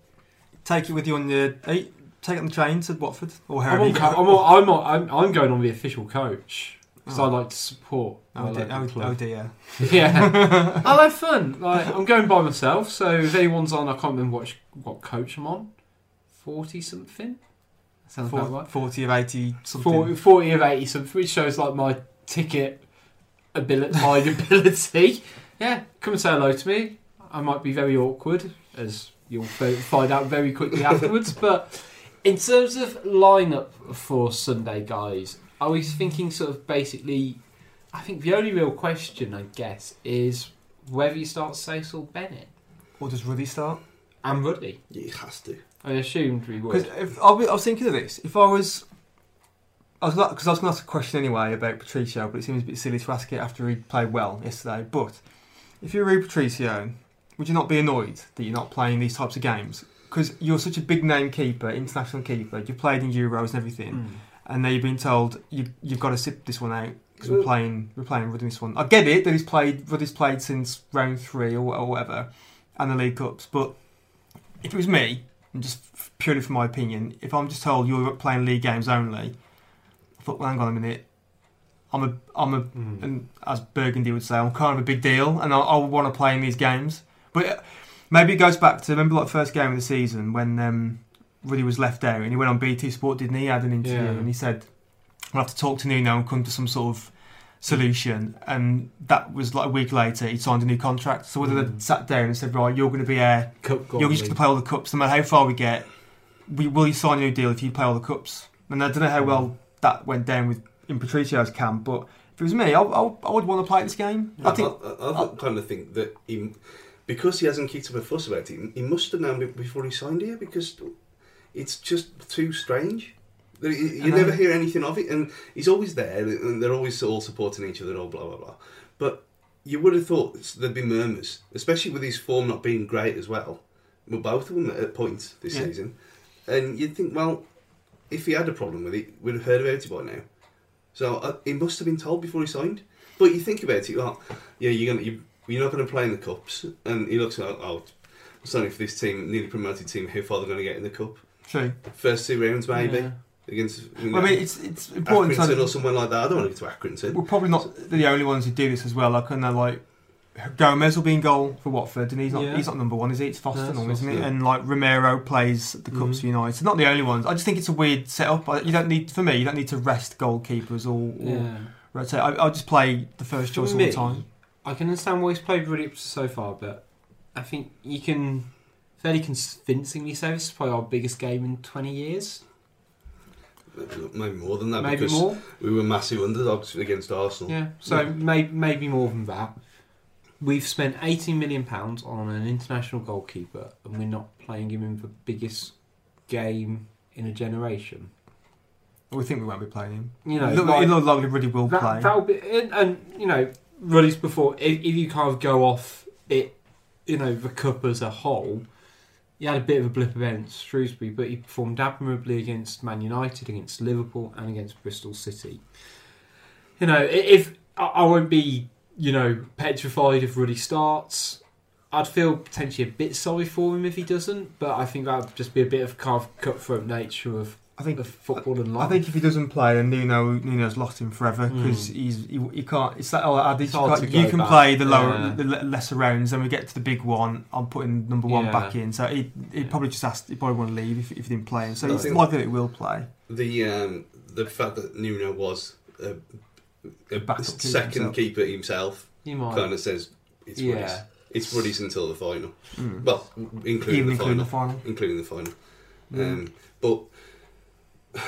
Speaker 2: take it with you on the eh, take it on the train to Watford or
Speaker 1: I'm,
Speaker 2: wherever
Speaker 1: on,
Speaker 2: you go.
Speaker 1: I'm, on, I'm, on, I'm, I'm going on the official coach because
Speaker 2: Oh.
Speaker 1: I like to support. my
Speaker 2: Oh, dear,
Speaker 1: local
Speaker 2: oh,
Speaker 1: club.
Speaker 2: oh dear.
Speaker 1: Yeah, I'll have fun. Like I'm going by myself, so if anyone's on, I can't remember what, sh- what coach I'm on. Forty something. Sounds
Speaker 2: Four-
Speaker 1: about right.
Speaker 2: 40 of 80 something.
Speaker 1: 40, 40 of 80 something, which shows like my ticket ability, my ability. Yeah, come and say hello to me. I might be very awkward, as you'll fi- find out very quickly afterwards. But in terms of lineup for Sunday, guys, I was thinking sort of basically. I think the only real question, I guess, is whether you start Cecil Bennett
Speaker 2: Or does Ruddy start?
Speaker 1: and Rudley.
Speaker 3: Yeah, it has to.
Speaker 1: I assumed we would.
Speaker 2: Because I was I was thinking of this. If I was. I was because I was going to ask a question anyway about Patricio, but it seems a bit silly to ask it after he played well yesterday. But if you're Rui Patricio, would you not be annoyed that you're not playing these types of games? Because you're such a big name keeper, international keeper. You've played in Euros and everything.
Speaker 1: Mm.
Speaker 2: and now you've been told you, you've got to sit this one out because we're
Speaker 3: Well-
Speaker 2: playing we're playing Ruddy this one. I get it that he's played Ruddy's played since round three or, or whatever, and the League Cups. But if it was me, and just f- purely from my opinion, if I'm just told you're playing league games only, I thought, well, hang on a minute, I'm a I'm a
Speaker 1: Mm.
Speaker 2: and as Burgundy would say, I'm kind of a big deal, and I, I want to play in these games. But uh, maybe it goes back to remember like first game of the season when um, Ruddy was left out, and he went on BT Sport, didn't he? He Had an interview,
Speaker 1: Yeah.
Speaker 2: and he said, "We'll have to talk to Nuno and come to some sort of solution." And that was like a week later, he signed a new contract. So whether they
Speaker 1: Mm.
Speaker 2: sat down and said, "Right, you're going to be air."
Speaker 1: Cup
Speaker 2: You're
Speaker 1: goal
Speaker 2: just going to
Speaker 1: lead.
Speaker 2: play all the cups, no matter how far we get. We will you sign a new deal if you play all the cups. And I don't know how well that went down with in Patricio's camp, but if it was me, I, I, I would want to play this game.
Speaker 3: I,
Speaker 2: I think
Speaker 3: I, I, kind of think that he, because he hasn't kicked up a fuss about it, he must have known be- before he signed here because it's just too strange. You-
Speaker 2: I
Speaker 3: You
Speaker 2: know.
Speaker 3: never hear anything of it, and he's always there, and they're always all supporting each other, and all blah blah blah. But you would have thought there'd be murmurs, especially with his form not being great as well. Well, both of them at points this
Speaker 2: Yeah.
Speaker 3: season, and you'd think, well, if he had a problem with it, we'd have heard about it by now. So uh, he must have been told before he signed. But you think about it, like, yeah, you're gonna, you, you're not going to play in the cups, and he looks like, oh, I'm signing for this team, newly promoted team, how far they're going to get in the cup?
Speaker 2: true.
Speaker 3: First two rounds, maybe
Speaker 1: Mm. Yeah.
Speaker 3: against. You know,
Speaker 2: Well, I mean, it's it's important. To
Speaker 3: Accrington or
Speaker 2: know,
Speaker 3: someone like that. I don't want to go to Accrington.
Speaker 2: we're probably not the only ones who do this as well. Like, and they're like. Gomez will be in goal for Watford, and he's not.
Speaker 1: Yeah.
Speaker 2: He's not number one, is he? It's Foster,
Speaker 1: No, it's
Speaker 2: now, isn't it?
Speaker 3: Foster.
Speaker 2: And like Romero plays the cups
Speaker 1: Mhm.
Speaker 2: for United. Not the only ones. I just think it's a weird setup. I- You don't need, for me, you don't need to rest goalkeepers or, or
Speaker 1: Yeah.
Speaker 2: rotate. I, I'll just play the first
Speaker 1: For
Speaker 2: choice all
Speaker 1: me,
Speaker 2: the time.
Speaker 1: I can understand why he's played really up so far, but I think you can fairly convincingly say this is probably our biggest game in 20 years,
Speaker 3: Maybe more than that
Speaker 1: maybe
Speaker 3: because
Speaker 1: more.
Speaker 3: we were massive underdogs against Arsenal.
Speaker 1: Yeah, so
Speaker 3: Yeah.
Speaker 1: May, maybe more than that. We've spent 18 million pounds on an international goalkeeper, and we're not playing him in the biggest game in a generation.
Speaker 2: We think we won't be playing him.
Speaker 1: You know,
Speaker 2: it look,
Speaker 1: like-
Speaker 2: it look like Ruddy will play.
Speaker 1: that, that'll be and, and you know Ruddy's before if, if you kind of go off it you know the cup as a whole he had a bit of a blip against Shrewsbury but he performed admirably against Man United against Liverpool and against Bristol City you know i- if I, I won't be you know petrified if Ruddy starts I'd feel potentially a bit sorry for him if he doesn't but I think that would just be a bit of kind of cutthroat nature of
Speaker 2: I think
Speaker 1: of football and
Speaker 2: I
Speaker 1: life.
Speaker 2: think if he doesn't play, then Nuno Nuno's locked in forever because
Speaker 1: Mm.
Speaker 2: he's he, he can't. Hmm. It's that old adage:
Speaker 1: It's
Speaker 2: you,
Speaker 1: hard
Speaker 2: can't-
Speaker 1: to
Speaker 2: you
Speaker 1: go
Speaker 2: can
Speaker 1: back.
Speaker 2: play the lower,
Speaker 1: Yeah.
Speaker 2: the le- lesser rounds, and we get to the big one. I'm putting number one
Speaker 1: Yeah.
Speaker 2: back in, so he he
Speaker 1: Yeah.
Speaker 2: probably just asked. He probably wouldn't leave if, if he didn't play him. So
Speaker 3: No, I
Speaker 2: it's
Speaker 3: think-
Speaker 2: likely that he will play.
Speaker 3: The um, the fact that Nuno was a, a
Speaker 2: Backup keeper
Speaker 3: second
Speaker 2: himself.
Speaker 3: keeper himself
Speaker 1: you might.
Speaker 3: kind of says it's
Speaker 1: Yeah.
Speaker 3: Ruddy's. It's Ruddy's until the final.
Speaker 2: Mm.
Speaker 3: Well, including
Speaker 2: Even
Speaker 3: the
Speaker 2: including
Speaker 3: final.
Speaker 2: the final.
Speaker 3: including the final.
Speaker 2: Yeah.
Speaker 3: Um, but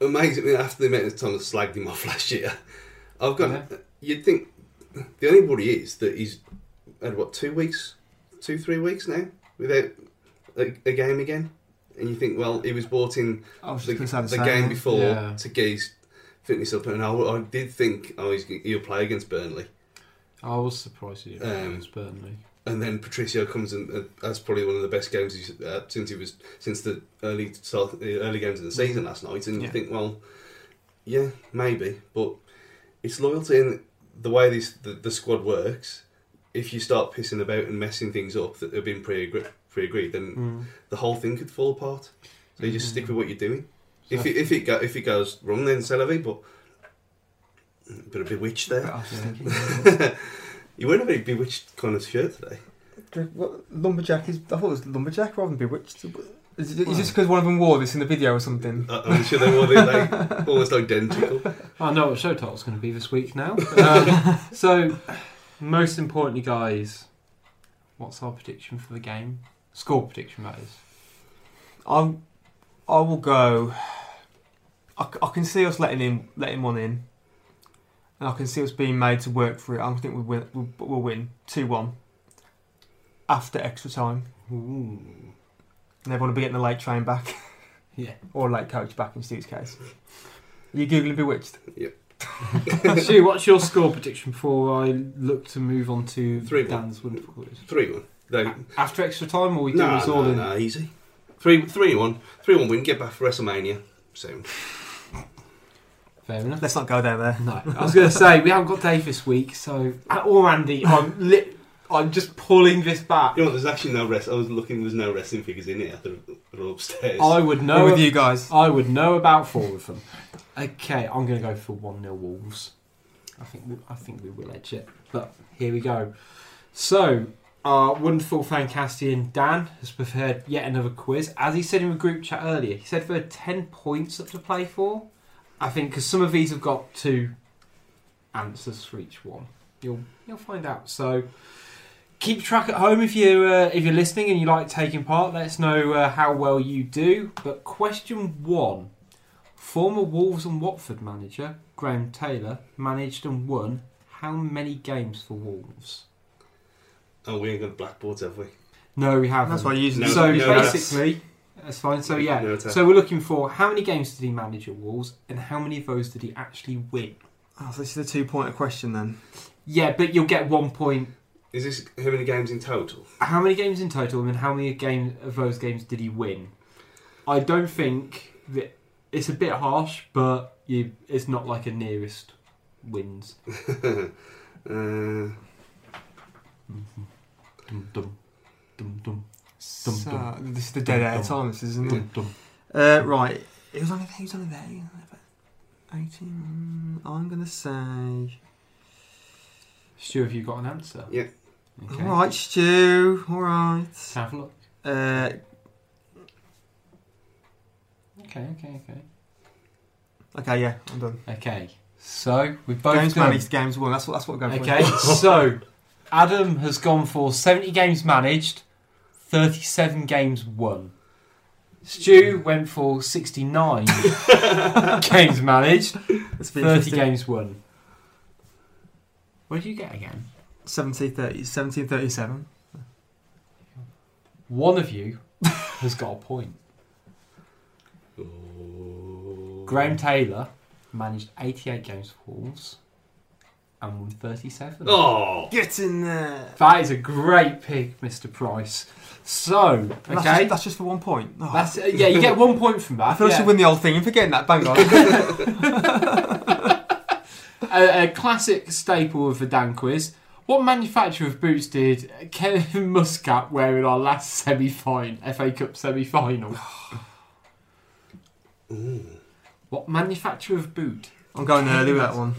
Speaker 3: amazingly, after the amount of time I slagged him off last year, I've got.
Speaker 1: Yeah.
Speaker 3: You'd think the only worry is that he's had what two weeks, two three weeks now without a, a game again, and you think, well, he was bought in
Speaker 2: I was
Speaker 3: the,
Speaker 2: just going to say the,
Speaker 3: the
Speaker 2: same.
Speaker 3: game before
Speaker 1: Yeah.
Speaker 3: to get his fitness up, and I, I did think, oh, he's, he'll play against Burnley,
Speaker 1: I was surprised you didn't
Speaker 3: Um,
Speaker 1: um, Burnley.
Speaker 3: and then Patricio comes in. Uh, that's probably one of the best games he's, uh, since he was since the early start, the early games of the season last night. And
Speaker 2: Yeah.
Speaker 3: you think, well, yeah, maybe, but it's loyalty and the way this the, the squad works. If you start pissing about and messing things up that have been pre pre agreed, then
Speaker 1: Mm.
Speaker 3: the whole thing could fall apart. So you just
Speaker 1: Mhm.
Speaker 3: stick with what you're doing.
Speaker 1: So
Speaker 3: if it, if it go, if it goes wrong, then Selavi, but bit of bewitched
Speaker 2: But
Speaker 3: there.
Speaker 2: I was just
Speaker 1: Yeah.
Speaker 2: thinking,
Speaker 3: you wearing a very bewitched kind of shirt today.
Speaker 2: what, lumberjack is. I thought it was lumberjack rather than bewitched. Is, it, is this
Speaker 3: Wow.
Speaker 2: because one of them wore this in the video or something?
Speaker 3: Uh, I'm sure they were they, like, almost identical.
Speaker 1: I know what show title's going to be this week now. Um, so, most importantly, guys, what's our prediction for the game? Score prediction, that is.
Speaker 2: I, I will go. I, c- I can see us letting him letting one in, and I can see us being made to work for it. I think we'll win. We'll, we'll win two one. After extra time,
Speaker 1: Ooh.
Speaker 2: and everyone will be getting the late train back
Speaker 1: Yeah.
Speaker 2: or late coach back in Stu's case. You googling bewitched?
Speaker 1: Stu, what's your score prediction before I look to move on to
Speaker 3: Three-one.
Speaker 1: Dan's wonderful quiz?
Speaker 3: Three one. No,
Speaker 1: After extra time, or we do
Speaker 3: no,
Speaker 1: this all
Speaker 3: no,
Speaker 1: in?
Speaker 3: no, easy. Three, three one, three one win. Get back for WrestleMania soon.
Speaker 1: Fair enough.
Speaker 2: Let's not go down there.
Speaker 1: No, I was going to say we haven't got Dave this week, so or Andy. I'm li- I'm just pulling this back.
Speaker 3: You know, what, there's actually no rest. I was looking. There's no wrestling figures in here. They're, they're upstairs.
Speaker 1: I would
Speaker 2: No,
Speaker 1: know.
Speaker 2: with you guys.
Speaker 1: I would know about four of them. Okay, I'm going to go for one 0 Wolves. I think we, I think we will edge it, but here we go. So our wonderful Fancastion Dan has prepared yet another quiz. As he said in the group chat earlier, he said there are ten points up to play for. I think because some of these have got two answers for each one. You'll you'll find out. So keep track at home if you uh, if you're listening and you like taking part. Let us know uh, how well you do. But question one: Former Wolves and Watford manager Graham Taylor managed and won how many games for Wolves?
Speaker 3: Oh, we ain't got blackboards, have we?
Speaker 1: No, we haven't.
Speaker 2: That's why you use
Speaker 3: No,
Speaker 1: so
Speaker 3: no,
Speaker 1: basically, that's fine. So yeah,
Speaker 3: No, it's a-
Speaker 1: so we're looking for how many games did he manage at Wolves and how many of those did he actually win?
Speaker 2: Oh, so this is a two-pointer question then.
Speaker 1: Yeah, but you'll get one point.
Speaker 3: Is this how many games in total?
Speaker 1: How many games in total, and how many game of those games did he win? I don't think that it's a bit harsh, but you, it's not like a nearest wins.
Speaker 3: uh,
Speaker 1: Dum dum dum dum Dum,
Speaker 2: So,
Speaker 1: dum.
Speaker 2: this is the dead
Speaker 1: Dum,
Speaker 2: air
Speaker 1: dum.
Speaker 2: time, this isn't it?
Speaker 1: dum dum.
Speaker 2: Uh, right. It was only he was only there. he was only there. Eighteen. mm, I'm gonna say.
Speaker 1: Stu, have you got an answer?
Speaker 3: Yeah.
Speaker 1: Okay.
Speaker 2: All right, Stu. All
Speaker 1: Let's
Speaker 2: right.
Speaker 1: have a look.
Speaker 2: Uh,
Speaker 1: Okay, okay, okay.
Speaker 2: okay, yeah, I'm done.
Speaker 1: Okay. So we've both
Speaker 2: games
Speaker 1: done.
Speaker 2: managed, games won. That's what that's what I'm going
Speaker 1: Okay,
Speaker 2: for.
Speaker 1: so Adam has gone for 70 games managed, 37 games won. Stu
Speaker 2: Hmm.
Speaker 1: went for 69 games managed,
Speaker 2: It's been
Speaker 1: 30
Speaker 2: 15
Speaker 1: games won. What did you get again?
Speaker 2: 70, 30, 17, 37.
Speaker 1: One of you has got a point.
Speaker 3: oh.
Speaker 1: Graham Taylor managed 88 games for Wolves and won 37.
Speaker 3: Oh,
Speaker 2: Get in there.
Speaker 1: That is a great pick, Mr. Price. So,
Speaker 2: And That's
Speaker 1: okay.
Speaker 2: just, that's just for one point. Oh,
Speaker 1: That's, yeah, you get one point from that.
Speaker 2: I thought I
Speaker 1: yeah.
Speaker 2: should win the whole thing. I'm forgetting that. Bang on.
Speaker 1: a, a classic staple of the Dan quiz. What manufacturer of boots did Kevin Muscat wear in our last semi-final FA Cup semi-final? What manufacturer of boot?
Speaker 2: I'm going early with that one.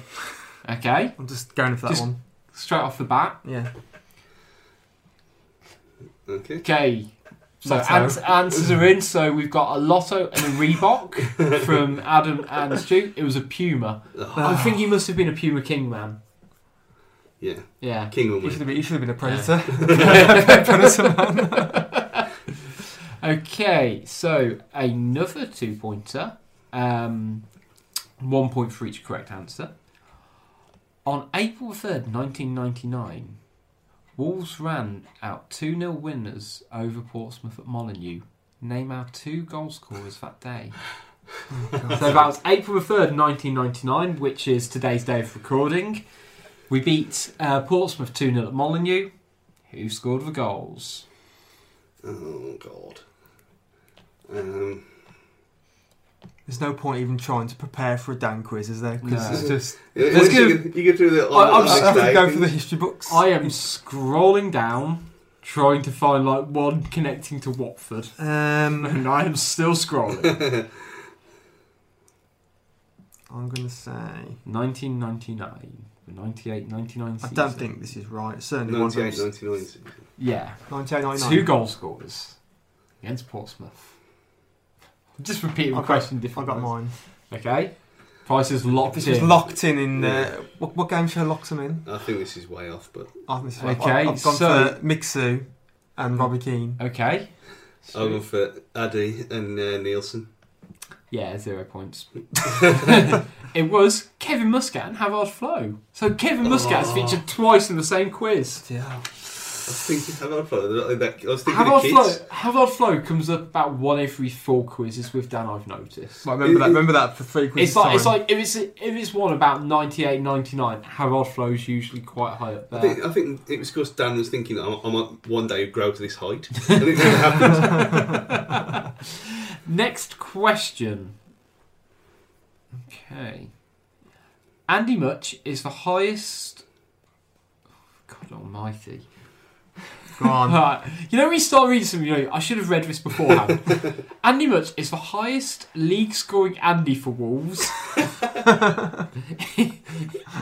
Speaker 1: Okay,
Speaker 2: I'm just going for that
Speaker 1: Just-
Speaker 2: one.
Speaker 1: straight off the bat.
Speaker 2: Yeah.
Speaker 3: Okay.
Speaker 1: Okay. So
Speaker 2: Lotto.
Speaker 1: ans- answers are in. So we've got a Lotto and a Reebok from Adam and Stu. It was a Puma.
Speaker 2: Ah.
Speaker 1: I think he must have been a Puma King man.
Speaker 3: Yeah.
Speaker 1: Yeah.
Speaker 3: King will
Speaker 2: You should
Speaker 3: win.
Speaker 2: have been, you should have been a predator.
Speaker 1: Okay, so another two pointer. Um, one point for each correct answer. On April 3rd, 1999, Wolves ran out 2 0 winners over Portsmouth at Molineux. Name our two goal scorers that day.
Speaker 2: Oh,
Speaker 1: so that was April 3rd, 1999, which is today's day of recording. We beat uh, Portsmouth 2 0 at Molineux. Who scored the goals?
Speaker 3: Oh God. Um,
Speaker 2: There's no point even trying to prepare for a Dan quiz, is there? Because
Speaker 1: No.
Speaker 2: it's just.
Speaker 3: yeah,
Speaker 1: Let's
Speaker 3: once you,
Speaker 1: give-
Speaker 3: get, you get through the.
Speaker 1: I- I'm
Speaker 2: I
Speaker 1: just
Speaker 3: next
Speaker 2: have to
Speaker 3: day,
Speaker 2: go
Speaker 3: I
Speaker 2: for the
Speaker 3: think.
Speaker 2: history books.
Speaker 1: I am scrolling down, trying to find like one connecting to Watford,
Speaker 2: Um,
Speaker 1: and I am still scrolling.
Speaker 2: I'm going to say.
Speaker 1: 1999, the 98, 99
Speaker 2: I
Speaker 1: season.
Speaker 2: don't think this is right. Certainly one of
Speaker 3: 98,
Speaker 2: them's
Speaker 3: 99 season.
Speaker 1: Yeah,
Speaker 2: 98,
Speaker 1: two goal scorers against Portsmouth. I'm just repeating the
Speaker 2: I've got-
Speaker 1: question.
Speaker 2: I
Speaker 1: Different
Speaker 2: got
Speaker 1: ways.
Speaker 2: mine.
Speaker 1: Okay, price is locked
Speaker 2: This
Speaker 1: in.
Speaker 2: was locked in in. Uh, what, what game show locks them in?
Speaker 3: I think this is way off, but
Speaker 2: I think this is
Speaker 1: Okay,
Speaker 2: I, have gone
Speaker 1: so-
Speaker 2: for Mixu and Robbie Keane.
Speaker 1: Okay.
Speaker 3: I'll go for Addy and uh, Nielsen.
Speaker 1: Yeah, zero points. it was Kevin Muscat and Havard Flo. So Kevin Muscat's
Speaker 3: Oh.
Speaker 1: featured twice in the same quiz.
Speaker 2: Yeah.
Speaker 3: I was thinking, have I thought of that? I was thinking
Speaker 1: Havard
Speaker 3: of
Speaker 1: Flow,
Speaker 3: kids.
Speaker 1: Havard Flow comes up about one every four quizzes with Dan, I've noticed.
Speaker 2: Right, remember that. Remember that for three quizzes.
Speaker 1: it's like it's
Speaker 2: time.
Speaker 1: like if it's if it's one about 98, 99, Havard Flow's usually quite high up
Speaker 3: I
Speaker 1: there.
Speaker 3: think, I think it was because Dan was thinking, I'm, I'm a- one day grow to this height. And it never happened.
Speaker 1: Next question. Okay. Andy Much is the highest. God Almighty!
Speaker 2: Go
Speaker 3: Um,
Speaker 2: on.
Speaker 1: Right. You know, when you start reading some. You know, I should have read this beforehand. Andy Much is the highest league scoring Andy for Wolves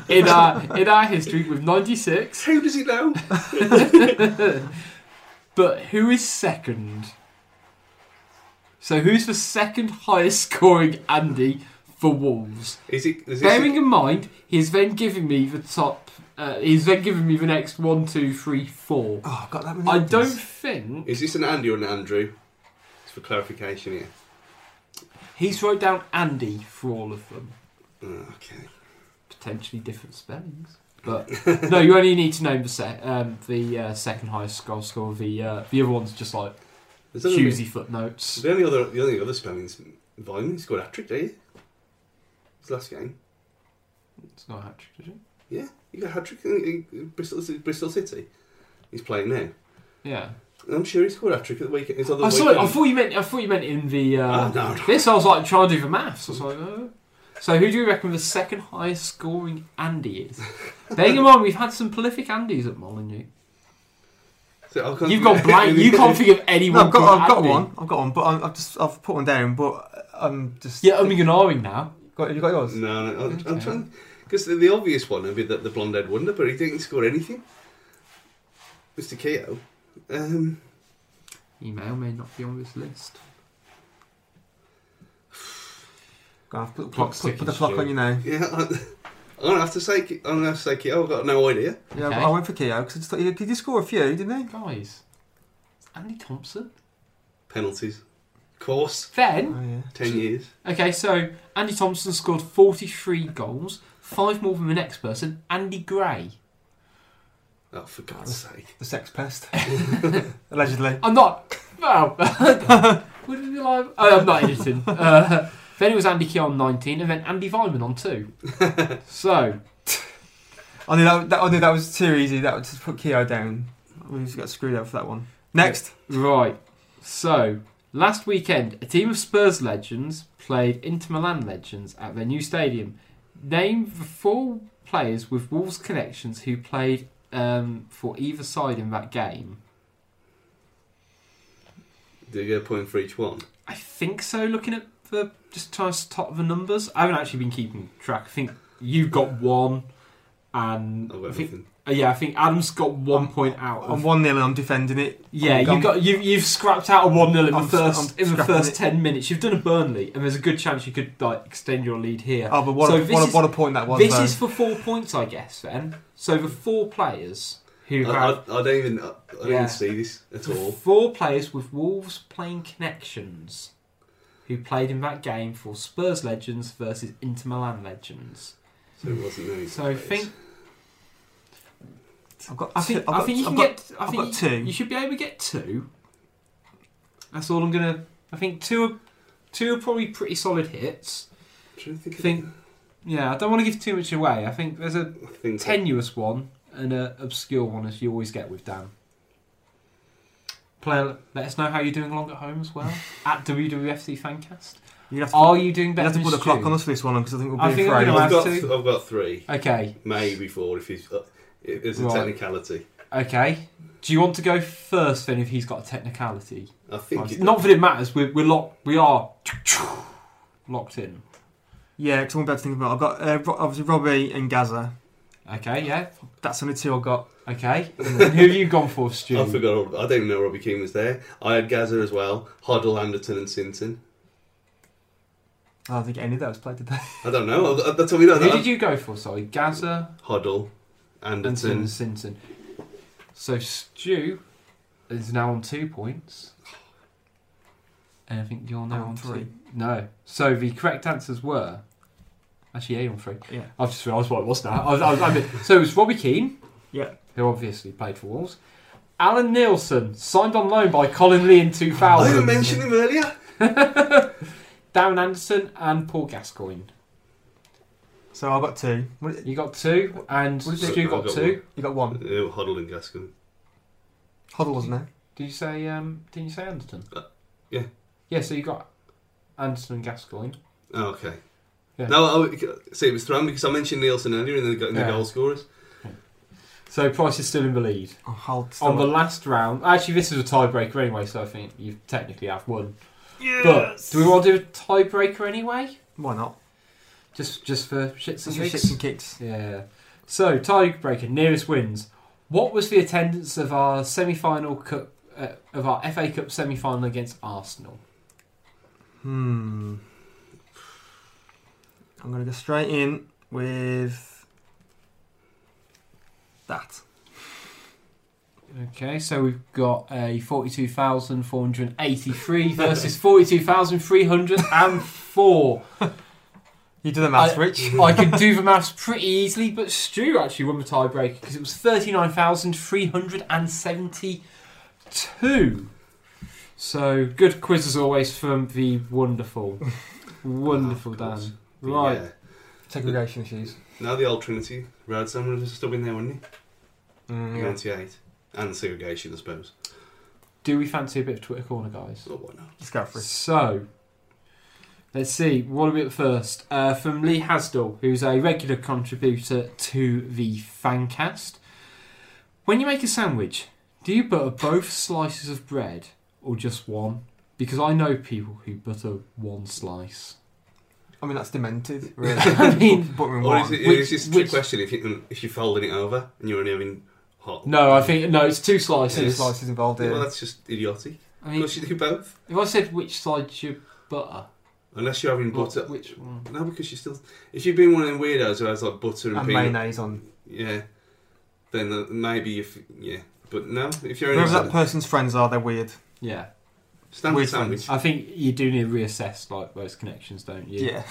Speaker 1: in our in our history with ninety six.
Speaker 3: Who does he know?
Speaker 1: But who is second? So who's the second highest scoring Andy for Wolves?
Speaker 3: Is it? Is this
Speaker 1: Bearing in mind, he's then giving me the top. Uh, he's then giving me the next one, two, three, four.
Speaker 2: Oh, I've got that many
Speaker 1: I
Speaker 2: others.
Speaker 1: don't think
Speaker 3: is this an Andy or an Andrew? It's for clarification here.
Speaker 1: he's wrote down Andy for all of them.
Speaker 3: Oh, okay.
Speaker 1: potentially different spellings. But no, you only need to name the se- um, the uh, second highest goal scorer. The uh, the other one's just like
Speaker 3: There's only-
Speaker 1: choosy footnotes.
Speaker 3: The only other, the only other spelling's Vine. He scored a hat trick, did he? His eh? last game.
Speaker 1: It's not a hat trick, is it?
Speaker 3: Yeah, he got a hat trick in, in Bristol, Bristol City. He's playing now.
Speaker 1: Yeah.
Speaker 3: And I'm sure he scored a hat trick at the weekend. His other
Speaker 1: I saw it.
Speaker 3: weekend.
Speaker 1: I thought you meant. I thought you meant in the. Uh,
Speaker 2: Ah.
Speaker 3: Oh, no.
Speaker 1: This I was like trying to do the maths. I was like, oh. so who do you reckon the second highest scoring Andy is? Bearing in mind, we've had some prolific Andys at Molineux.
Speaker 3: So I can't-
Speaker 1: You've got blank. You can't think of
Speaker 2: No,
Speaker 1: anyone.
Speaker 2: I've got, I've got
Speaker 1: called
Speaker 2: one.
Speaker 1: Andy.
Speaker 2: I've got one, but I'm, I've just I've put one down. But uh, I'm just
Speaker 1: Yeah, Umiganaring now.
Speaker 2: Got, have you got yours?
Speaker 3: No, no, I'm, I'm
Speaker 1: Okay.
Speaker 3: trying because the, the obvious one would be that the blonde-haired wonder, but he didn't score anything. Mr. Keogh. Um,
Speaker 1: He may or may not be on this list.
Speaker 2: Go on, put, put,
Speaker 1: Clock's
Speaker 2: put, put the
Speaker 1: ticking,
Speaker 2: clock
Speaker 1: Stu.
Speaker 2: on you now.
Speaker 3: yeah, I, I'm gonna have to say, Ke- I'm gonna have to say Keogh. I've got no idea.
Speaker 2: Yeah,
Speaker 1: Okay.
Speaker 2: I went for Keogh because I just thought he, he did score a few, didn't he?
Speaker 1: Guys, it's Andy Thompson.
Speaker 3: Penalties, course,
Speaker 1: Then,
Speaker 2: Oh yeah.
Speaker 3: ten years.
Speaker 1: okay, so Andy Thompson scored 43 goals, five more than the next person, Andy Gray.
Speaker 3: Oh, for God's sake!
Speaker 2: The sex pest. Allegedly.
Speaker 1: I'm not. Well, would it be live? Oh, I'm not editing. Uh, then it was Andy Key on 19, and then Andy Vyman on 2. So,
Speaker 2: I knew that, that I knew that was too easy. That was just put Keogh down. We just got screwed up for that one. Next.
Speaker 1: right. So, last weekend, a team of Spurs legends played Inter Milan legends at their new stadium. Name the four players with Wolves connections who played um, for either side in that game.
Speaker 3: Do you get a point for each one?
Speaker 1: I think so. Looking at for just trying to top the numbers? I haven't actually been keeping track. I think you've got one, and
Speaker 3: I've
Speaker 1: I
Speaker 3: got
Speaker 1: think,
Speaker 3: nothing.
Speaker 1: uh, yeah, I think Adam's got one point out.
Speaker 2: I'm
Speaker 1: Of,
Speaker 2: one 0 and I'm defending it.
Speaker 1: yeah,
Speaker 2: I'm
Speaker 1: you
Speaker 2: gone.
Speaker 1: got you you've scrapped out a one 0 in the
Speaker 2: I'm-
Speaker 1: first
Speaker 2: I'm
Speaker 1: in the
Speaker 2: scrapping
Speaker 1: first
Speaker 2: it.
Speaker 1: ten minutes. You've done a Burnley, and there's a good chance you could like extend your lead here.
Speaker 2: Oh, but what,
Speaker 1: So
Speaker 2: a,
Speaker 1: this
Speaker 2: what,
Speaker 1: is-
Speaker 2: a, what a point that was.
Speaker 1: this
Speaker 2: though.
Speaker 1: is for four points, I guess. Then, so the four players who
Speaker 3: I,
Speaker 1: have
Speaker 3: I, I don't even I, I don't
Speaker 1: Yeah.
Speaker 3: even see this at
Speaker 1: The
Speaker 3: all.
Speaker 1: Four players with Wolves playing connections who played in that game for Spurs Legends versus Inter Milan Legends.
Speaker 3: So it wasn't any
Speaker 1: So I think
Speaker 2: I've got.
Speaker 1: I think
Speaker 2: two, I've
Speaker 1: I
Speaker 2: got-
Speaker 1: think you
Speaker 2: I've
Speaker 1: can
Speaker 2: got-
Speaker 1: get I
Speaker 2: I've
Speaker 1: think
Speaker 2: got
Speaker 1: you-
Speaker 2: two.
Speaker 1: You should be able to get two. That's all I'm gonna I think two are two are probably pretty solid hits.
Speaker 3: I'm trying to think.
Speaker 1: I think yeah, I don't want to give too much away. I think there's a
Speaker 3: I think
Speaker 1: tenuous one and an obscure one as you always get with Dan. Play, let us know how you're doing along at home as well at WWFC Fancast.
Speaker 2: You have to,
Speaker 1: Are you doing
Speaker 2: you
Speaker 1: better?
Speaker 2: have to
Speaker 1: than
Speaker 2: put a
Speaker 1: Stu?
Speaker 2: clock on us for this one because I think we'll be
Speaker 1: I think I'm
Speaker 2: afraid.
Speaker 1: gonna
Speaker 3: I've
Speaker 1: have
Speaker 3: got
Speaker 1: to.
Speaker 3: th- I've got three,
Speaker 1: Okay,
Speaker 3: maybe four if he's. Uh, it- it's a
Speaker 1: Right.
Speaker 3: technicality.
Speaker 1: okay. Do you want to go first then? If he's got a technicality,
Speaker 3: I think. It,
Speaker 1: not that it matters. We're, we're locked. We are locked in.
Speaker 2: Yeah, because I'm about to think about. I've got uh, Ro- obviously Robbie and Gaza.
Speaker 1: Okay, yeah.
Speaker 2: That's the only two I've got.
Speaker 1: Okay. And who have you gone for, Stu?
Speaker 3: I forgot. all- I don't even know Robbie Keane was there. I had Gaza as well. Hoddle, Anderton, and Sinton.
Speaker 2: I don't think any of those played today.
Speaker 3: I don't know. I- I- That's all we know.
Speaker 1: Who did you go for? Sorry, Gaza
Speaker 3: Hoddle,
Speaker 1: and
Speaker 3: Anderton.
Speaker 1: Sinton. So Stu is now on two points, and I think you're now
Speaker 2: I'm
Speaker 1: on
Speaker 2: on three.
Speaker 1: Two. No. So the correct answers were actually A on three.
Speaker 2: Yeah.
Speaker 1: I've just realised what it was now. I was, I was, I mean, so it was Robbie Keane,
Speaker 2: Yeah.
Speaker 1: who obviously played for Wolves. Alan Nielsen, signed on loan by Colin Lee in
Speaker 3: I didn't
Speaker 1: 2000.
Speaker 3: mention him earlier.
Speaker 1: Darren Anderson and Paul Gascoigne.
Speaker 2: So I've got two. What,
Speaker 1: You got two, and
Speaker 2: What did
Speaker 1: Stu
Speaker 3: you-
Speaker 1: got
Speaker 3: I got
Speaker 1: two.
Speaker 2: you got one.
Speaker 3: Uh, Hoddle and Gascoigne.
Speaker 2: Hoddle wasn't there.
Speaker 1: Did you say? Um, did you say Anderson?
Speaker 3: Uh, yeah.
Speaker 1: Yeah. So you got Anderson and Gascoigne.
Speaker 3: Oh, okay.
Speaker 1: Yeah.
Speaker 3: No, I, see, it was thrown because I mentioned Nielsen earlier in the, go- in the
Speaker 1: Yeah.
Speaker 3: goal scorers.
Speaker 1: So Price is still in the lead.
Speaker 2: Oh, Hoddle.
Speaker 1: On the last round, actually, this is a tiebreaker anyway, so I think you technically have won.
Speaker 2: yes.
Speaker 1: But do we want to do a tiebreaker anyway?
Speaker 2: Why not?
Speaker 1: Just, just for shits and
Speaker 2: Since we
Speaker 1: gigs.
Speaker 2: shits and kicks.
Speaker 1: Yeah. So, tiebreaker, nearest wins. What was the attendance of our semi-final cup, uh, of our FA Cup semi-final against Arsenal?
Speaker 2: Hmm. I'm gonna go straight in with that.
Speaker 1: Okay, so we've got a forty-two thousand four hundred eighty-three versus forty-two thousand three hundred and four.
Speaker 2: You do the maths,
Speaker 1: I-
Speaker 2: Rich.
Speaker 1: I could do the maths pretty easily, but Stu actually won the tiebreaker because it was thirty-nine thousand three hundred and seventy-two. So good quiz as always from the wonderful, wonderful
Speaker 3: Of
Speaker 1: Dan.
Speaker 3: course.
Speaker 1: Right.
Speaker 3: Yeah.
Speaker 2: Segregation issues.
Speaker 3: Now the old Trinity. Radson was still in there, wasn't he?
Speaker 2: Mm, yeah.
Speaker 3: 98. And segregation, I suppose.
Speaker 1: Do we fancy a bit of Twitter corner, guys?
Speaker 3: Oh, why not?
Speaker 2: Let's go for it.
Speaker 1: So, let's see. What are we at first? Uh, from Lee Hasdell, who's a regular contributor to the Fancast. When you make a sandwich, do you butter both slices of bread or just one? Because I know people who butter one slice.
Speaker 2: I mean, that's demented, really.
Speaker 1: I mean,
Speaker 2: but we're
Speaker 3: Or is
Speaker 2: one.
Speaker 3: it,
Speaker 1: Which-
Speaker 3: is this a trick
Speaker 1: which-
Speaker 3: question if, you, if you're folding it over and you're only having hot?
Speaker 1: no, I think no. It's two
Speaker 2: Two
Speaker 1: slices.
Speaker 2: slices involved here.
Speaker 3: Well, that's just idiotic.
Speaker 1: I
Speaker 3: Of
Speaker 1: mean,
Speaker 3: course you do both.
Speaker 1: if I said which side you butter,
Speaker 3: Unless you're having
Speaker 1: what-
Speaker 3: butter.
Speaker 1: which one?
Speaker 3: No, because you still. If you've been one of them weirdos who has like butter and,
Speaker 2: and
Speaker 3: peanut,
Speaker 2: mayonnaise on.
Speaker 3: yeah, then uh, maybe if yeah, but no, if you're
Speaker 2: Whoever
Speaker 3: only
Speaker 2: that person's friends are, they're weird.
Speaker 1: Yeah,
Speaker 3: standard
Speaker 2: weird
Speaker 3: sandwich,
Speaker 1: I think you do need to reassess like those connections, don't you?
Speaker 2: Yeah.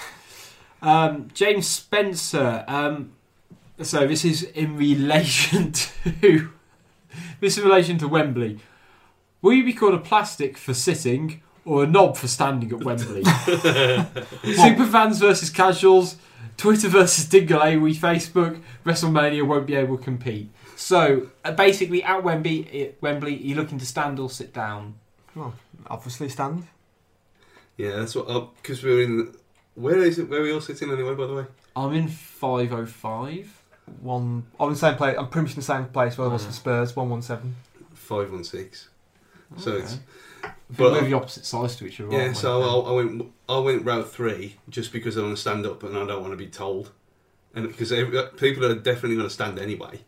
Speaker 1: Um, James Spencer. Um, so this is in relation to this is in relation to Wembley. Will you be called a plastic for sitting or a knob for standing at Wembley? Superfans versus casuals. Twitter versus Dingle we Facebook. WrestleMania won't be able to compete. So uh, basically, at Wembley, at Wembley, are you looking to stand or sit down?
Speaker 2: Obviously, stand.
Speaker 3: yeah, that's what because we were in. Where is it? Where are we all sitting anyway? By the way,
Speaker 1: I'm in five oh five.
Speaker 2: One. I'm in the same place. I'm pretty
Speaker 3: Mm.
Speaker 2: much in the same place where I was
Speaker 1: Mm.
Speaker 2: for Spurs. One one seven.
Speaker 3: five one six. So it's
Speaker 1: But,
Speaker 3: But-
Speaker 1: we're the opposite sides to each other.
Speaker 3: Yeah,
Speaker 1: aren't we?
Speaker 3: so I, I went I went route three just because I want to stand up and I don't want to be told, and because every- uh, people are definitely going to stand anyway,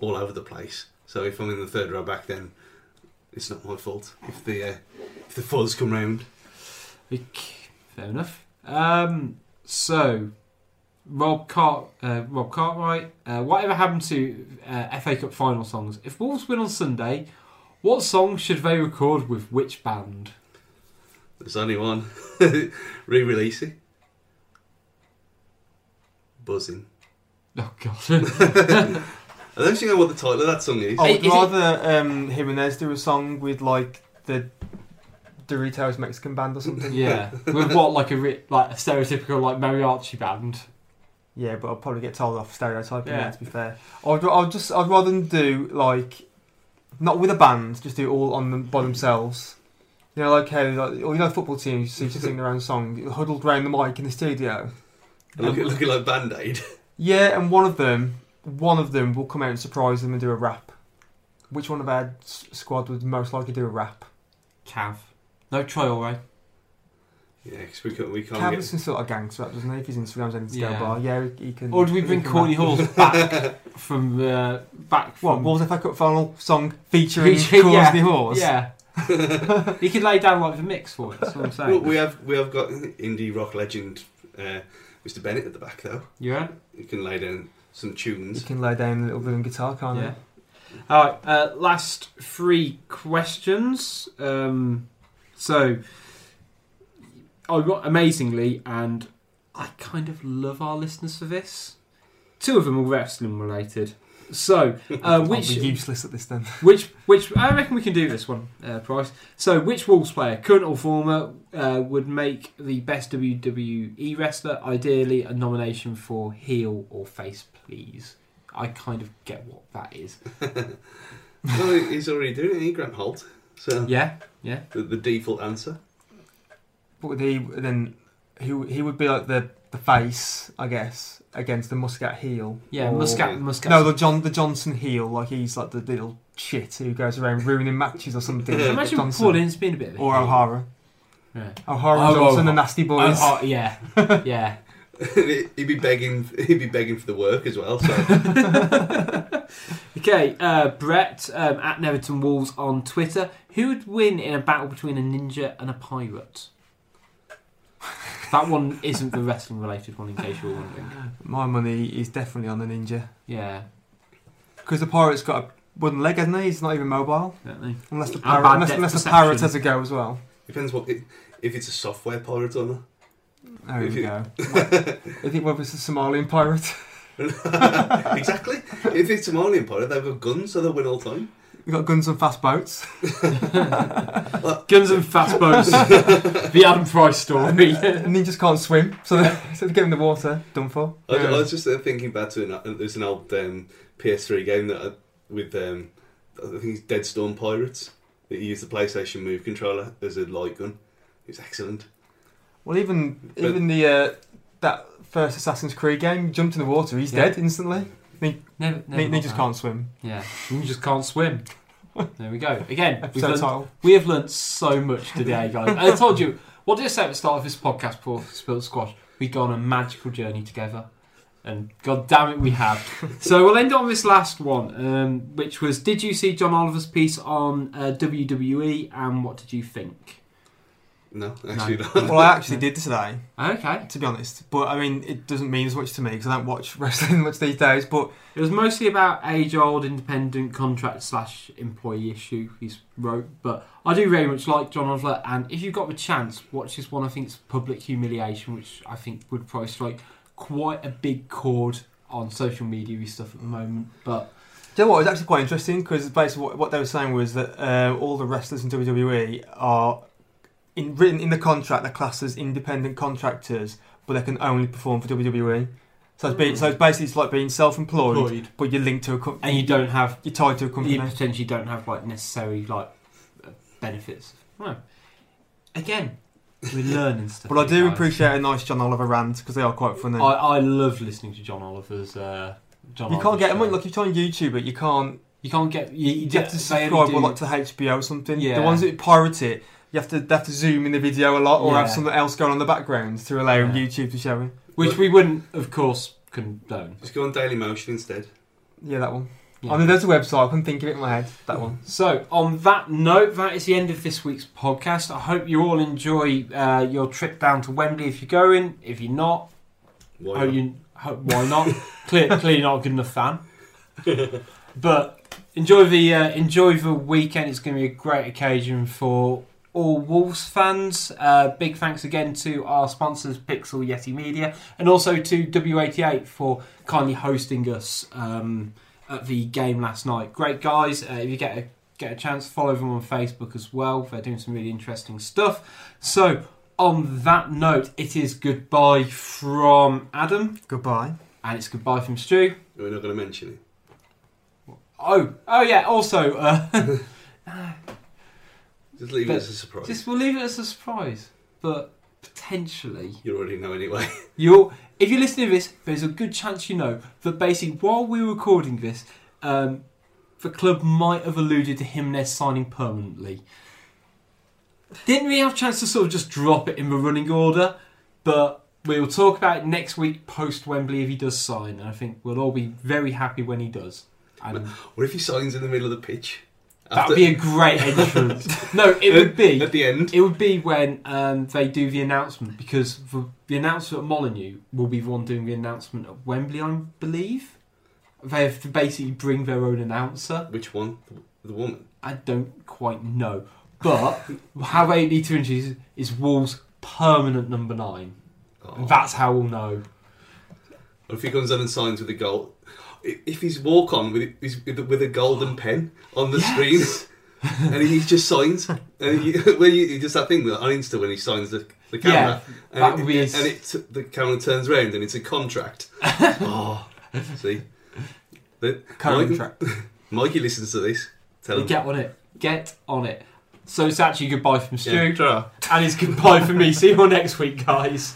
Speaker 3: all over the place. So if I'm in the third row back, then it's not my fault if the uh, if the fuzz come round.
Speaker 1: Okay, fair enough. Um, so, Rob Cart, uh, Rob Cartwright, uh, whatever happened to uh, FA Cup final songs? If Wolves win on Sunday, what song should they record with which band?
Speaker 3: There's only one re-release it. Buzzing.
Speaker 1: Oh God,
Speaker 3: I don't actually know what the title of that song is.
Speaker 2: I would
Speaker 1: Is it-
Speaker 2: rather um, Jimenez do a song with like the Doritos Mexican band or something.
Speaker 1: yeah, with what like a ri- like a stereotypical like mariachi band?
Speaker 2: Yeah, but I'll probably get told off stereotyping
Speaker 1: Yeah.
Speaker 2: that. To be fair, I'd, I'd just I'd rather them do like not with a band, just do it all on them by themselves. You know, like how like, or you know football teams so you just sing their own song, huddled round the mic in the studio.
Speaker 3: Look, looking like Band Aid.
Speaker 2: Yeah, and one of them, one of them will come out and surprise them and do a rap. Which one of our s- squad would most likely do a rap?
Speaker 1: Cav, no Traore.
Speaker 3: Yeah, because we can't. We can't
Speaker 2: Cav
Speaker 3: get-
Speaker 2: is some sort of gangster rap, doesn't he? If he's Instagram's anything to
Speaker 1: Yeah.
Speaker 2: go by, yeah, he, he can.
Speaker 1: Or do we
Speaker 2: he
Speaker 1: bring
Speaker 2: can
Speaker 1: Corny
Speaker 2: rap.
Speaker 1: Halls back from uh, back
Speaker 2: What
Speaker 1: from
Speaker 2: Wolves FA Cup final song featuring
Speaker 1: Featuring-
Speaker 2: Corny
Speaker 1: yeah.
Speaker 2: Horse?
Speaker 1: Yeah, he could lay down like the mix for it. That's what I'm saying.
Speaker 3: Well, we have we have got indie rock legend uh, Mr. Bennett at the back though.
Speaker 1: yeah.
Speaker 3: He can lay down some
Speaker 2: You
Speaker 3: tunes.
Speaker 2: can lay down a little rhythm guitar, can't
Speaker 1: Yeah. All right. Uh, last three questions. Um, so, I got- amazingly, and I kind of love our listeners for this. Two of them are wrestling related. So, uh,
Speaker 2: you?
Speaker 1: which
Speaker 2: I'll be useless at this then.
Speaker 1: which which I reckon we can do this one, uh, Price. So, which Wolves player, current or former, uh, would make the best WWE wrestler? Ideally, a nomination for heel or face, please. I kind of get what that is.
Speaker 3: well, he- he's already doing it. He Graham Holt. So
Speaker 1: Yeah, yeah.
Speaker 3: the, the default answer.
Speaker 2: But would he then he he would be like the the face, I guess, against the Muscat heel.
Speaker 1: Yeah,
Speaker 2: or-
Speaker 1: Muscat, Muscat.
Speaker 2: No, the John the Johnson heel, like he's like the little shit who goes around ruining matches or something.
Speaker 3: Yeah,
Speaker 1: imagine
Speaker 2: Johnson.
Speaker 1: Paul Ince being a bit of a
Speaker 2: or
Speaker 1: heel.
Speaker 2: O'Hara.
Speaker 1: Yeah.
Speaker 2: O'Hara
Speaker 1: Oh,
Speaker 2: Johnson, the
Speaker 1: O'Hara.
Speaker 2: nasty boys.
Speaker 1: Oh, oh, yeah, yeah.
Speaker 3: he'd be begging. He'd be begging for the work as well. So
Speaker 1: okay, uh, Brett um, at Neverton Wolves on Twitter. Who would win in a battle between a ninja and a pirate? That one isn't the wrestling related one, in case you were wondering.
Speaker 2: My money is definitely on the ninja
Speaker 1: Yeah,
Speaker 2: because the pirate's got a wooden leg, hasn't he? He's not even mobile
Speaker 1: definitely.
Speaker 2: unless the
Speaker 1: And
Speaker 2: pirate
Speaker 1: bad
Speaker 2: unless,
Speaker 1: depth
Speaker 2: unless the
Speaker 1: perception.
Speaker 2: pirate has a go as well.
Speaker 3: depends what it, if it's a software pirate or not.
Speaker 2: There
Speaker 3: If
Speaker 2: we
Speaker 3: you-
Speaker 2: go. I think whether it's a Somalian pirate.
Speaker 3: exactly. If it's a Somalian pirate, they've got guns, so they'll win all time.
Speaker 2: We've got guns and fast boats.
Speaker 1: Guns and fast boats. the Adam Price story.
Speaker 2: and they just can't swim, so they, so they get in the water. Done for.
Speaker 3: I, I
Speaker 1: Yeah.
Speaker 3: was just uh, thinking back to an, there's an old um, PS3 game that I, with um, I think it's Dead Storm Pirates that you use the PlayStation Move controller as a light gun. It's excellent.
Speaker 2: Well, even
Speaker 3: But-
Speaker 2: even the uh, that first Assassin's Creed game, jumped in the water, he's
Speaker 1: Yeah.
Speaker 2: dead instantly.
Speaker 1: Never,
Speaker 2: They,
Speaker 1: never
Speaker 2: they
Speaker 1: got
Speaker 2: just
Speaker 1: that.
Speaker 2: can't swim.
Speaker 1: Yeah, you just can't swim. There we go. Again, we've
Speaker 2: Episode
Speaker 1: learned
Speaker 2: title.
Speaker 1: We have learnt so much today, guys. I told you, what did I say at the start of this podcast before Spilt Squash? We go on a magical journey together. And god damn it, we have. so we'll end on this last one, um, which was Did you see John Oliver's piece on uh, WWE and what did you think?
Speaker 3: No, actually
Speaker 1: No.
Speaker 3: not.
Speaker 2: Well, I actually did today,
Speaker 1: Okay.
Speaker 2: to be honest. But I mean, it doesn't mean as much to me because I don't watch wrestling much these days. But
Speaker 1: It was mostly about age old independent contract slash employee issue he's wrote, but I do very much like John Oliver and if you've got the chance, watch this one I think it's public humiliation, which I think would probably strike quite a big chord on social media stuff at the moment. But
Speaker 2: do you know what? It was actually quite interesting because basically what, what they were saying was that uh, all the wrestlers in WWE are in, written in the contract they're classed as independent contractors, but they can only perform for WWE. So it's, be, so it's basically it's like being self-employed,
Speaker 1: employed
Speaker 2: but you're linked to a company.
Speaker 1: and you don't have
Speaker 2: You're tied to a company.
Speaker 1: you potentially don't have like necessary like uh, benefits. No. Again, we're learning stuff.
Speaker 2: But I
Speaker 1: here,
Speaker 2: do
Speaker 1: guys.
Speaker 2: appreciate a nice John Oliver rant because they are quite funny.
Speaker 1: I, I love listening to John Oliver's uh John
Speaker 2: you can't
Speaker 1: Oliver's
Speaker 2: get them
Speaker 1: show.
Speaker 2: like if you try on YouTube it, you can't.
Speaker 1: You can't get. You, you
Speaker 2: You
Speaker 1: get
Speaker 2: have to
Speaker 1: they only
Speaker 2: subscribe or
Speaker 1: do-
Speaker 2: like to HBO or something.
Speaker 1: Yeah.
Speaker 2: The ones that pirate it, you you have to they have to zoom in the video a lot or have
Speaker 1: Yeah.
Speaker 2: something else going on in the background to allow
Speaker 1: Yeah.
Speaker 2: YouTube to show it.
Speaker 1: Which we wouldn't, of course, condone.
Speaker 3: Just go on Daily Motion instead.
Speaker 2: Yeah, that one.
Speaker 1: Yeah.
Speaker 2: I mean, there's a website. I can think of it in my head. That one.
Speaker 1: So, on that note, that is the end of this week's podcast. I hope you all enjoy uh, your trip down to Wembley if you're going. If you're not,
Speaker 3: Why
Speaker 1: why,
Speaker 3: not?
Speaker 1: Oh, you, hope, why not? Clear, clearly not a good enough fan. But enjoy the uh, enjoy the weekend. It's going to be a great occasion for all Wolves fans. Uh, big thanks again to our sponsors, Pixel Yeti Media, and also to W88 for kindly hosting us um, at the game last night. Great guys. Uh, if you get a get a chance, follow them on Facebook as well. They're doing some really interesting stuff. So. On that note, it is goodbye from Adam,
Speaker 2: Goodbye.
Speaker 1: and it's goodbye from Stu.
Speaker 3: We're not going to mention it.
Speaker 1: Oh, oh yeah. Also, uh,
Speaker 3: Just leave
Speaker 1: But-
Speaker 3: it as a surprise.
Speaker 1: just we'll leave it as a surprise, but potentially
Speaker 3: You already know anyway.
Speaker 1: you'll. If you're listening to this, there's a good chance you know that basically while we were recording this, um, the club might have alluded to Jimenez signing permanently. Didn't really have a chance to sort of just drop it in the running order, but we'll talk about it next week post Wembley if he does sign, and I think we'll all be very happy when he does. And
Speaker 3: What if he signs in the middle of the pitch?
Speaker 1: that'd be a great entrance. no, it would be
Speaker 3: At the end.
Speaker 1: It would be when um, they do the announcement because the, the announcement at Molyneux will be the one doing the announcement at Wembley, I believe. They have to basically bring their own announcer.
Speaker 3: Which one? The woman.
Speaker 1: I don't quite know, but how they need to introduce it is Wolves permanent number nine.
Speaker 3: Oh.
Speaker 1: That's how we'll know.
Speaker 3: Or if he comes on and signs with a goal. i- If he's walk on with his- with a- with a golden pen on the
Speaker 1: Yes.
Speaker 3: screen, and he just signs, and he, when you, he does that thing with, on Insta when he signs the, the camera, and,
Speaker 1: that
Speaker 3: it,
Speaker 1: would be-
Speaker 3: and it t- the camera turns round and it's a contract. oh, see, The- Mikey,
Speaker 1: Contract.
Speaker 3: Mikey listens to this. Tell him.
Speaker 1: Get on it. Get on it. So it's actually goodbye from Stu,
Speaker 3: Yeah, ta-ra.
Speaker 1: and it's goodbye from me. See you all next week, guys.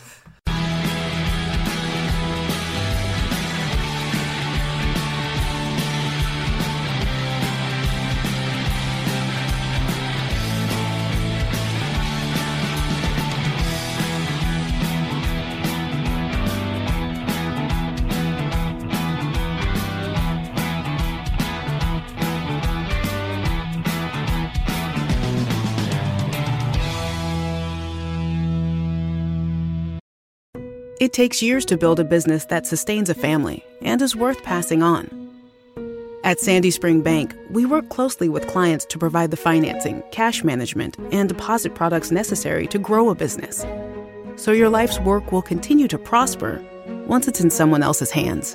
Speaker 4: It takes years to build a business that sustains a family and is worth passing on. At Sandy Spring Bank, we work closely with clients to provide the financing, cash management, and deposit products necessary to grow a business. So your life's work will continue to prosper once it's in someone else's hands.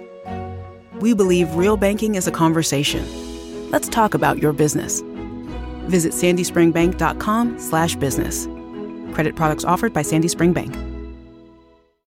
Speaker 4: We believe real banking is a conversation. Let's talk about your business. Visit sandyspringbank.com/business. Credit products offered by Sandy Spring Bank.